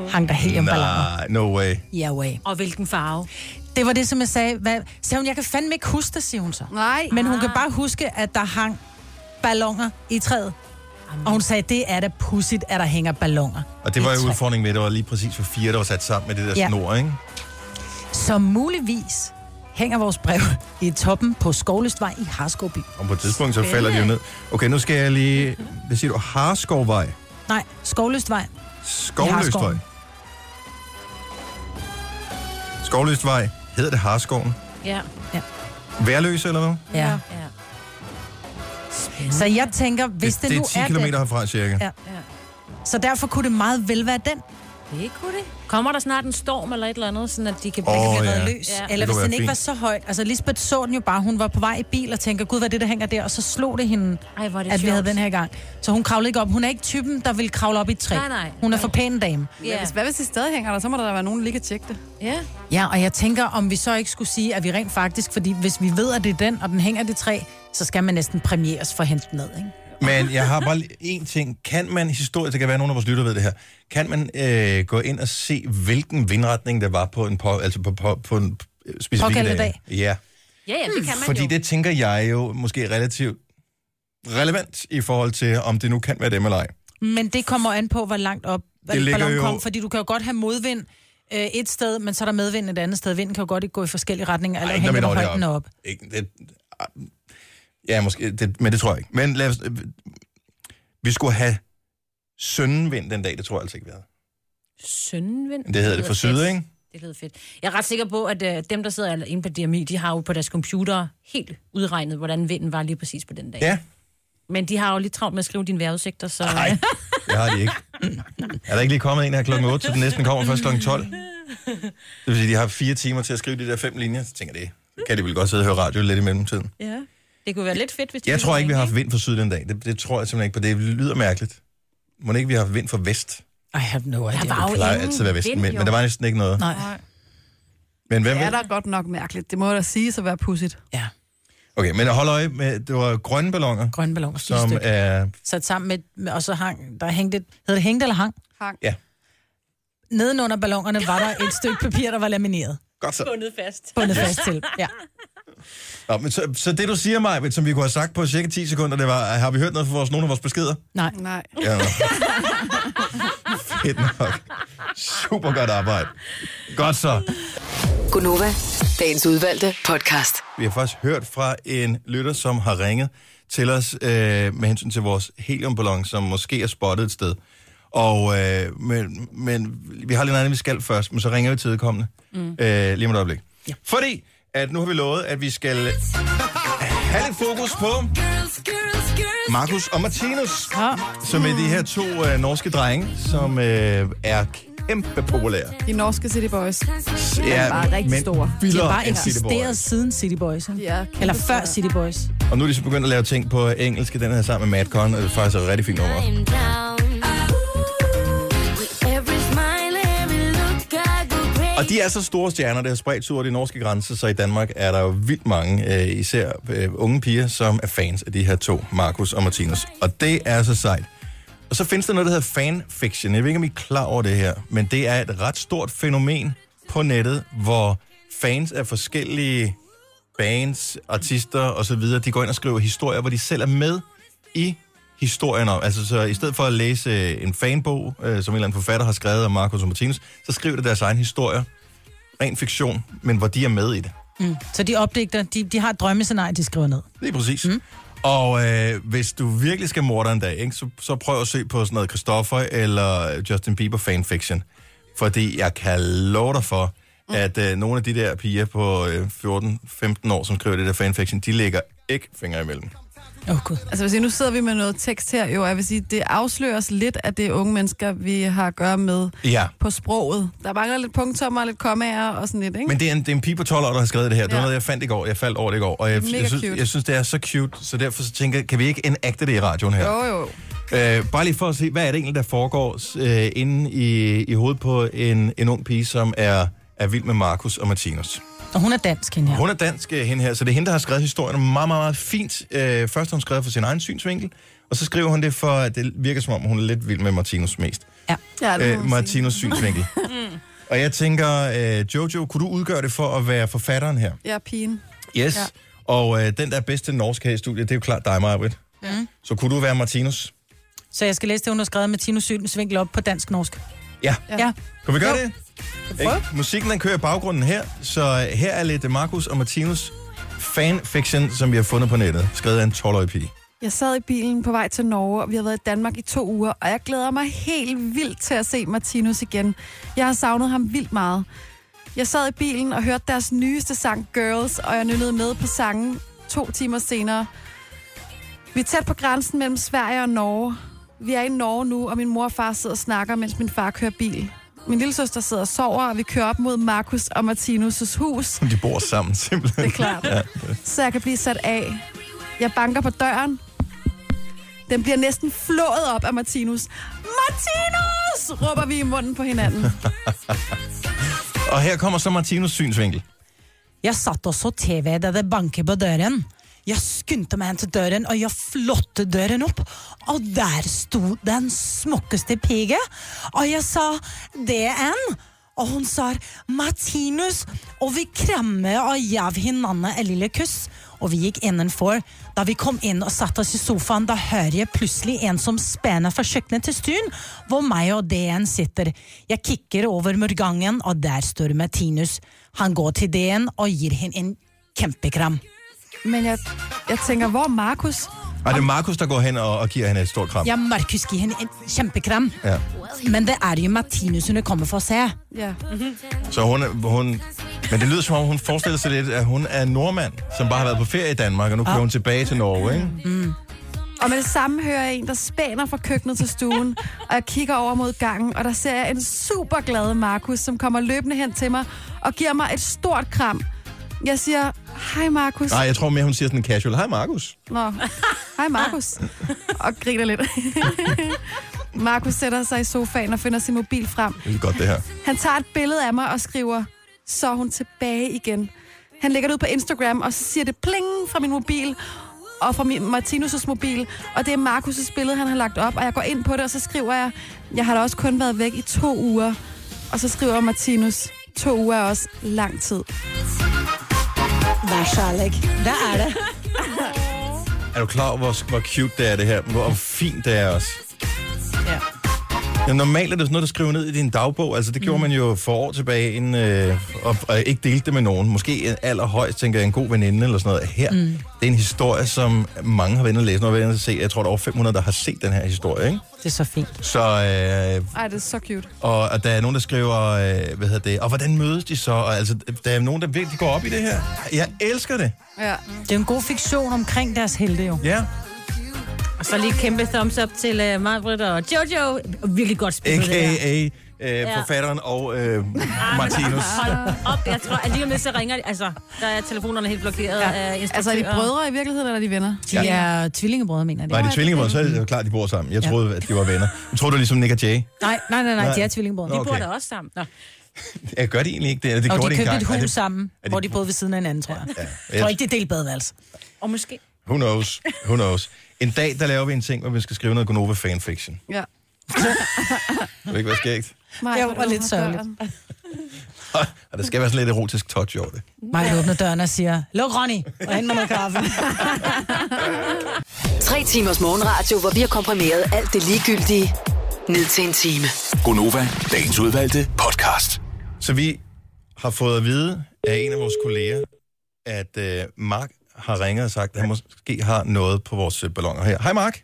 C: hang der helt en ballon.
A: Nej, no way.
C: Ja, way.
D: Og hvilken farve.
C: Det var det, som jeg sagde. Hvad? Sagde hun, jeg kan fandme ikke huske det, siger hun så.
B: nej.
C: Men hun kan bare huske, at der hang ballonger i træet. Og hun sagde, det er da pudsigt, at der hænger ballonger.
A: Og det var
C: i
A: jo
C: træ."
A: udfordringen ved, at det var lige præcis for fire, der var sat sammen med det der
C: Ja.
A: snor, ikke?
C: Så muligvis hænger vores brev i toppen på Skovløstvej i Harskovby.
A: Om på et tidspunkt, så falder de jo ned. Okay, nu skal jeg lige... Hvad siger du? Harskovvej.
C: Nej, Skovløstvej.
A: Skovløstvej.
C: Harskoven.
A: Skovløstvej. Hedder det Harskoven?
D: Ja.
A: Værløse eller hvad?
C: Ja.
D: ja.
C: Så jeg tænker, hvis det,
A: det,
C: nu
A: det
C: er
A: er 10 km
C: den,
A: herfra cirka.
C: Ja. så derfor kunne det meget vel være den.
D: Det kunne det. Kommer der snart en storm eller et eller andet, sådan at de kan
A: Åh,
D: blive
A: ja.
D: oh,
C: ja.
D: ja.
C: løs. Ja.
D: Ja.
C: Eller
A: Det
C: hvis
A: kunne
C: den
A: være
C: ikke
A: fint.
C: var så højt. Altså Lisbeth så den jo bare, hun var på vej i bil og tænker, gud, hvad er det, der hænger der? Og så slog det hende,
D: Ej, hvor er det
C: at vi
D: sjovt.
C: havde den her gang. Så hun kravlede ikke op. Hun er ikke typen, der vil kravle op i et træ.
D: Nej, nej.
C: Hun er for pæn dame.
D: Ja.
B: Hvis, hvad hvis det stadig hænger der, så må der da være nogen, der lige kan tjekke det.
D: ja.
C: Ja, og jeg tænker, om vi så ikke skulle sige, at vi rent faktisk, fordi hvis vi ved, at det er den, og den hænger i det træ, så skal man næsten præmieres for at hente den ned, ikke?
A: Men jeg har bare en ting. Kan man historisk, der kan være nogen af vores lytter ved det her, kan man øh, gå ind og se, hvilken vindretning der var på en, på, altså på, på, på en øh, specifik
C: Pågældende
A: dag? Ja,
C: dag.
D: ja, ja, det kan man
A: Hmm. fordi
D: jo.
A: det tænker jeg jo måske relativt relevant i forhold til, om det nu kan være dem eller ej.
C: Men det kommer an på, hvor langt op det
A: ligger
C: ligger
A: jo-
C: kom, fordi du kan jo godt have modvind øh, et sted, men så er der medvind et andet sted. Vinden kan jo godt ikke gå i forskellige retninger, eller
A: Ej, ikke når
C: hænger
A: vi
C: på
A: når det
C: højden op.
A: Ikke, det, ja, måske, det, men det tror jeg ikke. Men lad os, øh, vi skulle have søndenvind den dag, det tror jeg altså ikke, vi havde.
D: Søndenvind.
A: Det hedder det for
D: lyder
A: syd,
D: fedt.
A: ikke?
D: Det lyder fedt. Jeg er ret sikker på, at øh, dem, der sidder inde på DMI, de har jo på deres computer helt udregnet, hvordan vinden var lige præcis på den dag.
A: Ja,
D: Men de har jo lidt travlt med at skrive dine vejrudsigter, så...
A: nej, det har de ikke. Er der ikke lige kommet en her klokken 8, så den næsten kommer først klokken 12? Det vil sige, de har fire timer til at skrive de der fem linjer. Så tænker jeg, det kan de vel godt sidde og høre radio lidt i mellemtiden.
D: Ja. Det kunne være lidt fedt, hvis de
A: Jeg
D: ville
A: tror ikke, vi har
D: ringe,
A: haft vind fra syd den dag. Det, det tror jeg simpelthen ikke på. Det lyder mærkeligt. Må ikke, vi har haft vind fra vest?
C: I have no idea.
D: Der var
A: Det
D: jo
A: plejer
D: ingen
A: altid at være vesten,
D: vind,
A: men,
D: jo.
A: men der var næsten ikke noget.
C: Nej.
A: Men hvem
B: Det
A: ved?
B: er da godt nok mærkeligt. Det må da siges at være pudsigt.
C: Ja,
A: Okay, men hold øje med, det var grønne ballonger,
C: grønne balloner.
A: som
C: Som,
A: er...
C: Sat sammen med, med, og så hang, der hængte, et- hedder det hængt eller hang?
B: Hang.
A: Ja.
C: Nedenunder ballongerne var der et stykke papir, der var lamineret.
A: Godt så.
D: bundet fast.
C: Bundet fast til. Ja.
A: Nå, men så, så det, du siger mig, som vi kunne have sagt på cirka 10 sekunder, det var, har vi hørt noget fra vores, nogen af vores beskeder?
C: Nej.
B: Nej.
A: Ja. nå. Fedt nok. Super godt arbejde. Godt så.
E: Gunova, dagens udvalgte podcast.
A: Vi har faktisk hørt fra en lytter, som har ringet til os øh, med hensyn til vores heliumballon, som måske er spottet et sted. Og, øh, men, men vi har lidt andet, vi skal først, men så ringer vi til vedkommende mm. øh, lige om et øjeblik. Ja. Fordi at nu har vi lovet, at vi skal have lidt fokus på Markus og Martinus,
C: Ja.
A: som er de her to øh, norske drenge, som øh, er kæmpe populære.
B: De norske City Boys.
A: Ja,
B: bare rigtig
A: men
B: store.
C: De
A: vildere
C: har bare
A: end City Boys.
C: eksisteret siden City Boys. ikke?
B: Ja, kæmpe
C: Eller før
B: store.
C: City Boys.
A: Og nu er de så begyndt at lave ting på engelsk i den her sammen med Madcon, og det er faktisk et rigtig fint nummer. Og de er så store stjerner, det har spredt sig ud over de norske grænser, så i Danmark er der jo vildt mange, øh, især øh, unge piger, som er fans af de her to, Markus og Martinus. Og det er så sejt. Og så findes der noget, der hedder fanfiction. Jeg ved ikke, om I er klar over det her, men det er et ret stort fænomen på nettet, hvor fans af forskellige bands, artister osv., de går ind og skriver historier, hvor de selv er med i historien om. Altså, så i stedet for at læse øh, en fanbog, øh, som en eller anden forfatter har skrevet om Marcus og Martinus, så skriver de deres egen historier. Ren fiktion, men hvor de er med i det.
C: Så de opdigter, de, de har et drømmescenarie, de skriver ned.
A: Lige præcis. Mm. Og øh, hvis du virkelig skal morde en dag, ikke, så, så prøv at se på sådan noget Christoffer eller Justin Bieber fanfiction. Fordi jeg kan love dig for,
B: Mm.
A: at øh, nogle af de der piger på øh, 14-15 år, som skriver det der fanfiction, de ligger ikke fingre imellem.
C: Åh, oh, Gud.
B: Altså, hvis I, nu sidder vi med noget tekst her, jo, jeg vil sige, det afsløres lidt af det unge mennesker, vi har at gøre med
A: Ja.
B: på sproget. Der mangler lidt punktummer, lidt kommaer og sådan lidt, ikke?
A: Men det er, en, det er en pige på 12 år, der har skrevet det her. Det var
B: Ja.
A: noget, jeg fandt i går. Jeg faldt over det i går. Og jeg,
B: Det er mega
A: jeg, synes,
B: cute.
A: jeg synes, det er så cute. Så derfor så tænker jeg, kan vi ikke enacte det i radioen her?
B: Jo, jo.
A: Øh, bare lige for at se, hvad er det egentlig, der foregår øh, inde i, i hovedet på en, en ung pige, som er, er vild med Markus og Martinus.
C: Og hun er dansk, hende her.
A: Hun er dansk, øh, hende her, så det er hende, der har skrevet historien meget, meget, meget fint. Øh, først har hun skrevet for sin egen synsvinkel, og så skriver hun det for, at det virker som om, hun er lidt vild med Martinus mest.
B: Ja, det må
A: Øh,
B: man sige.
A: Martinus synsvinkel. Og jeg tænker, øh, Jojo, kunne du udgøre det for at være forfatteren her?
B: Jeg er pigen.
A: Yes. Ja.
B: Ja.
A: Og øh, den, der er bedst til norsk her i studiet, det er jo klart dig, Maja Så kunne du være Martinus?
C: Så jeg skal læse det, hun har skrevet med Tino Sylens vinkel op på dansk-norsk.
A: Ja.
C: Ja.
A: Kan vi gøre
C: Jo.
A: det? Ikke? Musikken den kører i baggrunden her, så her er lidt Markus og Martinus fanfiction, som vi har fundet på nettet, skrevet af en 12-årig pige.
B: Jeg sad i bilen på vej til Norge, og vi har været i Danmark i to uger, og jeg glæder mig helt vildt til at se Martinus igen. Jeg har savnet ham vildt meget. Jeg sad i bilen og hørte deres nyeste sang, Girls, og jeg nynnede med på sangen to timer senere. Vi er tæt på grænsen mellem Sverige og Norge. Vi er i Norge nu, og min mor og far sidder og snakker, mens min far kører bil. Min lille søster sidder og sover, og vi kører op mod Markus og Martinus' hus.
A: De bor sammen, simpelthen.
B: Det er klart. ja. Så jeg kan blive sat af. Jeg banker på døren. Den bliver næsten flået op af Martinus. Martinus! råber vi i munden på hinanden.
A: Og her kommer så Martinus synsvinkel.
C: Jeg satt og så TV da det banket på døren. Jeg skyndte meg hen til døren, og jeg flåtte døren opp. Og der sto den smukkeste pige, og jeg sa det er en. Og hun sa Martinus, og vi kramme og gav hinandre en lille kuss. Og vi gikk innenfor. Da vi kom inn og satte oss i sofaen, da hører jeg plutselig en som spenner fra kjøkkenet til stuen, hvor meg og DN sitter. Jeg kikker over murgangen, og der står Martinus. Han går til DN og gir henne en kjempekram.
B: Men jeg, jeg tænker, hvor er Markus?
A: Og det er Markus, der går hen og, og giver hende et stort kram.
C: Ja, Markus gir henne en kjempekram.
A: Ja.
C: Men det er jo Martinus hun er kommet for å se.
B: Ja.
A: Så hun, er- hun... Men det lyder som om, hun forestiller sig lidt, at hun er en nordmand, som bare har været på ferie i Danmark, og nu kører hun tilbage til Norge, ikke?
B: Og med det samme hører jeg en, der spænder fra køkkenet til stuen, og jeg kigger over mod gangen, og der ser jeg en super glad Markus, som kommer løbende hen til mig og giver mig et stort kram. Jeg siger, hej Markus.
A: Nej, jeg tror mere, hun siger sådan casual, hej Markus.
B: Nå, hej Markus. Og griner lidt. Markus sætter sig i sofaen og finder sin mobil frem.
A: Det er godt, det her.
B: Han tager et billede af mig og skriver, så er hun tilbage igen. Han lægger det ud på Instagram, og så siger det pling fra min mobil og fra min Martinus' mobil. Og det er Markus' billede, han har lagt op, og jeg går ind på det, og så skriver jeg, jeg har da også kun været væk i to uger. Og så skriver Martinus, to uger er også lang tid.
C: Vær kjærlig. Det er det.
A: Er du klar over, hvor, hvor cute det er det her? Hvor fint det er også?
C: Ja.
A: Ja, normalt er det sådan noget, du skriver ned i din dagbog. Altså, det gjorde
B: Mm.
A: man jo for år tilbage, inden, øh, og, og ikke delte det med nogen. Måske en- allerhøjst, tænker jeg, en god veninde eller sådan noget. Her, mm. det er en historie, som mange har været inde og læse. Nu har jeg været inde og se, jeg tror, der er over 500, der har set den her historie, ikke?
C: Det er så fint.
A: Så, øh,
B: Ej, det er så cute.
A: og, og der er nogen, der skriver, øh, hvad hedder det, og hvordan mødes de så? Og, altså, der er nogen, der virkelig går op i det her. Jeg elsker det.
B: Ja.
C: Det er jo en god fiktion omkring deres helte, jo.
A: Ja,
D: Og så lige et kæmpe thumbs up til uh, Marvitt og Jojo. Virkelig godt spillet det der.
A: a.k.a. Øh, forfatteren og
C: Ah,
A: øh, Martinus.
D: Hold op, jeg tror, at lige om lidt, så ringer de. Altså, der er telefonerne helt blokeret ja. af
B: Altså, er de
D: instruktører.
B: brødre i virkeligheden, eller er de venner?
C: De er tvillingebrødre, mener de.
A: Nej, de er tvillingebrødre, så er det jo klart, de bor sammen. Jeg troede, at de var venner. Jeg troede, du ligesom Nick og Jay.
C: Nej, nej, nej, nej, de
A: Nej.
C: er tvillingebrødre.
A: Nå,
D: De bor
A: Okay.
D: der også sammen. Nå.
A: Jeg gør det egentlig ikke det. Eller det
C: Og
A: gjorde det
C: de købte
A: engang.
C: et
A: Ej,
C: hus
A: det,
C: sammen,
A: er det-
C: hvor de boede ved siden af hinanden, tror jeg.
A: Ja,
C: Jeg tror ikke, det er delt badeværelse.
D: Og måske...
A: Who knows? Who knows? En dag, der laver vi en ting, hvor vi skal skrive noget Gonova fanfiction.
B: Ja.
A: Det vil ikke være skægt.
B: Maja,
C: Jo,
B: hvor
C: og
B: du
C: lidt
B: har
C: sørgeligt.
B: børn.
A: Og der skal være sådan lidt erotisk touch over det.
C: Maja åbner døren og siger, luk Ronny, og hent mig noget kaffe.
E: Tre timers morgenradio, hvor vi har komprimeret alt det ligegyldige ned til en time.
F: Gonova, dagens udvalgte podcast.
A: Så vi har fået at vide af en af vores kolleger, at øh, Mark har ringet og sagt, at han måske har noget på vores øh, balloner her. Hej Mark.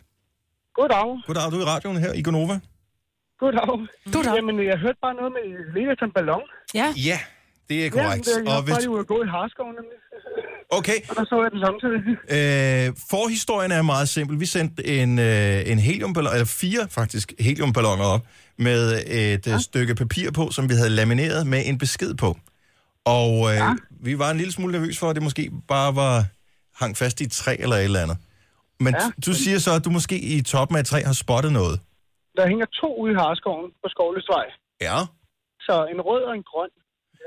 H: Goddag.
A: Goddag, du er i radioen her i Gonova.
H: Goddag.
C: Goddag.
H: Jamen, jeg hørte bare noget med Lena som ballon.
C: Ja,
A: Ja, det er korrekt.
H: Jamen, jeg
A: Og
H: har
A: hvis,
H: bare lige ude at gå i Harskov, nemlig.
A: okay,
H: Og der så jeg den samtidig.
A: Øh, forhistorien er meget simpel. Vi sendte en, øh, en heliumballon, eller fire faktisk heliumballoner op, med et ja. stykke papir på, som vi havde lamineret med en besked på. Og øh, ja. vi var en lille smule nervøs for, at det måske bare var hang fast i et træ eller et eller andet. Men ja. du siger så, at du måske i toppen af et træ har spottet noget.
H: Der hænger to ude i Harskoven på Skovløsvej.
A: Ja.
H: Så en rød og en grøn.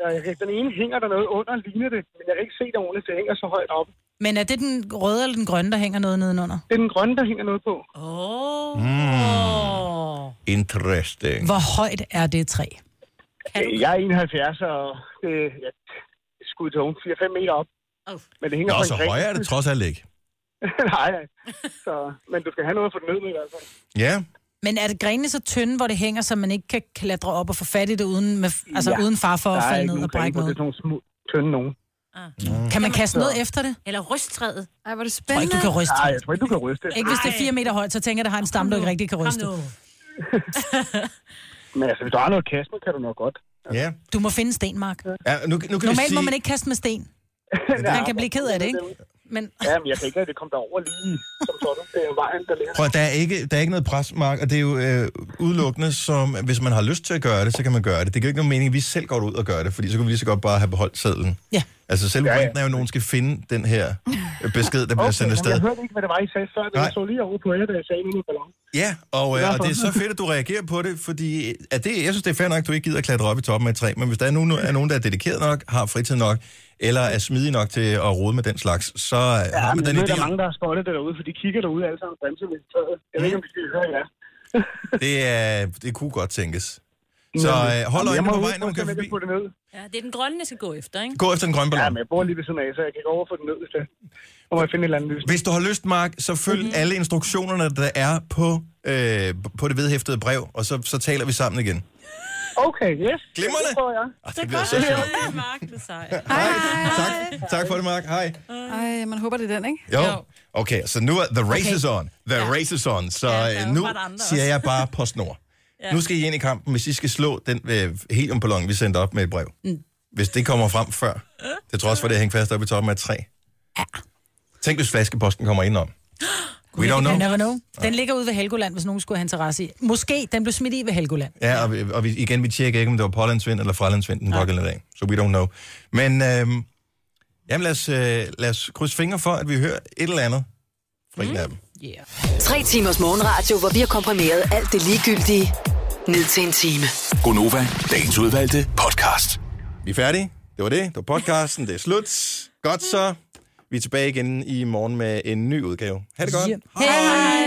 H: Og jeg kan- Den ene hænger der noget under, ligner det, men jeg kan ikke se det ordentligt, det hænger så højt op.
C: men er det den røde eller den grønne, der hænger noget nedenunder?
H: Det er den grønne, der hænger noget på.
D: Åh,
A: Interesting.
C: Hvor højt er det træ?
H: Øh, Jeg er 71, og det, jeg skulle til unge 4-5 meter op.
D: Au.
H: Men det hænger
A: Nå,
H: på
A: så
H: en gren.
A: højere er det trods alt ikke.
H: Nej, så, men du skal have noget at få den ned med i hvert fald.
A: Ja.
C: Men er det grenene så tynde, hvor det hænger, så man ikke kan klatre op og få fat i det, uden, med, altså
J: Ja,
C: uden far for
J: der
C: at
J: er
C: falde
J: ikke
C: ned
J: nogen
C: og brække
J: griber, Det
C: noget?
J: er sådan nogle små, tynde nogen.
C: Kan man kaste noget efter det?
D: Eller rysttræet.
B: Ej, hvor er det
C: Jeg tror ikke,
B: spændende.
C: du kan ryste.
J: Nej, jeg tror ikke, du kan ryste.
C: Ikke hvis det er
D: Ej.
C: fire meter højt, så tænker jeg, at det har en stamme, du ikke rigtig kan ryste.
D: Kom nu.
J: Men altså, hvis du har noget kasme, kan du nok godt.
A: Ja.
C: Du må finde en sten, Mark.
A: ja nu, nu kan vi
C: Normalt
A: sige,
C: må man ikke kaste med sten. Man kan blive ked af det, ikke? Men
J: Ja, men jeg tænker, at det kom derover lige som sådan. Det er vejen, der ligger.
A: Prøv, at, der, er ikke, der er ikke noget pres, Mark, og det er jo øh, udelukkende, som hvis man har lyst til at gøre det, så kan man gøre det. Det giver ikke nogen mening, at vi selv går ud og gør det, fordi så kan vi lige så godt bare have beholdt sædlen.
C: Ja.
A: Altså selve
J: Ja, ja.
A: pointen er jo, at nogen skal finde den her øh, besked, der bliver okay, sendt
J: jamen,
A: afsted.
J: jeg hørte ikke, hvad det var, I sagde før. Det
A: Nej.
J: jeg så lige over på jer, da jeg sagde min ballon.
A: Ja, og, øh,
J: Nå.
A: og det er så fedt, at du reagerer på det, fordi at det, jeg synes, det er fair nok, at du ikke gider at klatre op i toppen af et træ, men hvis der er nogen, er nogen der er dedikeret nok, har fritid nok, eller er smidig nok til at rode med den slags, så ja, har man
J: jeg
A: den
J: ved, der
A: idé.
J: er
A: om-
J: mange, der har spottet det derude, for de kigger derude alle sammen bremser med tøjet. Jeg ved ikke, om de skal høre jer.
A: Det, er, det kunne godt tænkes. Så øh, hold øjnene på vejen, når man kører forbi.
J: På det ned.
D: Ja, det er den grønne, jeg skal gå efter, ikke?
A: Gå efter en grøn
J: Ja,
A: ballon.
J: men jeg bor lige ved siden af, så jeg kan gå over for den ned, hvis det Og må jeg finde et eller andet lys.
A: Hvis du har lyst, Mark, så følg mm-hmm. alle instruktionerne, der er på, øh, på det vedhæftede brev, og så, så taler vi sammen igen.
J: Okay, yes.
A: Glimrende.
J: Det prøver jeg.
A: Arh, det bliver så sjovt.
D: Mark, det er sejt.
B: Hej,
A: Tak, tak for det, Mark. Hej.
B: hej. Ej, man håber, det er den, ikke?
A: Jo. Okay, så nu er the race okay. is on. The ja. race is on. Så
D: Ja, der er
A: ja, nu
D: åbenbart andre
A: siger
D: også.
A: jeg bare på snor. ja. Nu skal I ind i kampen, hvis I skal slå den øh, heliumballon, vi sendte op med et brev. Mm. Hvis det kommer frem før, det tror også for det at hænge fast oppe i toppen af et træ. Ja. Tænk, hvis flaskeposten kommer indenom. We don't
C: you
A: know.
C: never know. Den ligger ude ved Helgoland, hvis nogen skulle have interesse i. Måske den blev smidt i ved Helgoland.
A: Ja, og, vi- og vi, igen, vi tjekker ikke, om det var pålandsvind eller fralandsvind den pågældende dag. Så we don't know. Men øhm, jamen, lad, os, øh, lad os krydse fingre for, at vi hører et eller andet fra mm. en af dem.
C: Yeah.
E: Tre timers morgenradio, hvor vi har komprimeret alt det ligegyldige ned til en time.
F: Gonova, dagens udvalgte podcast.
A: Vi er færdige. Det var det. Det var podcasten. Det er slut. Godt så. Vi er tilbage igen i morgen med en ny udgave. Ha' det godt.
C: Hej!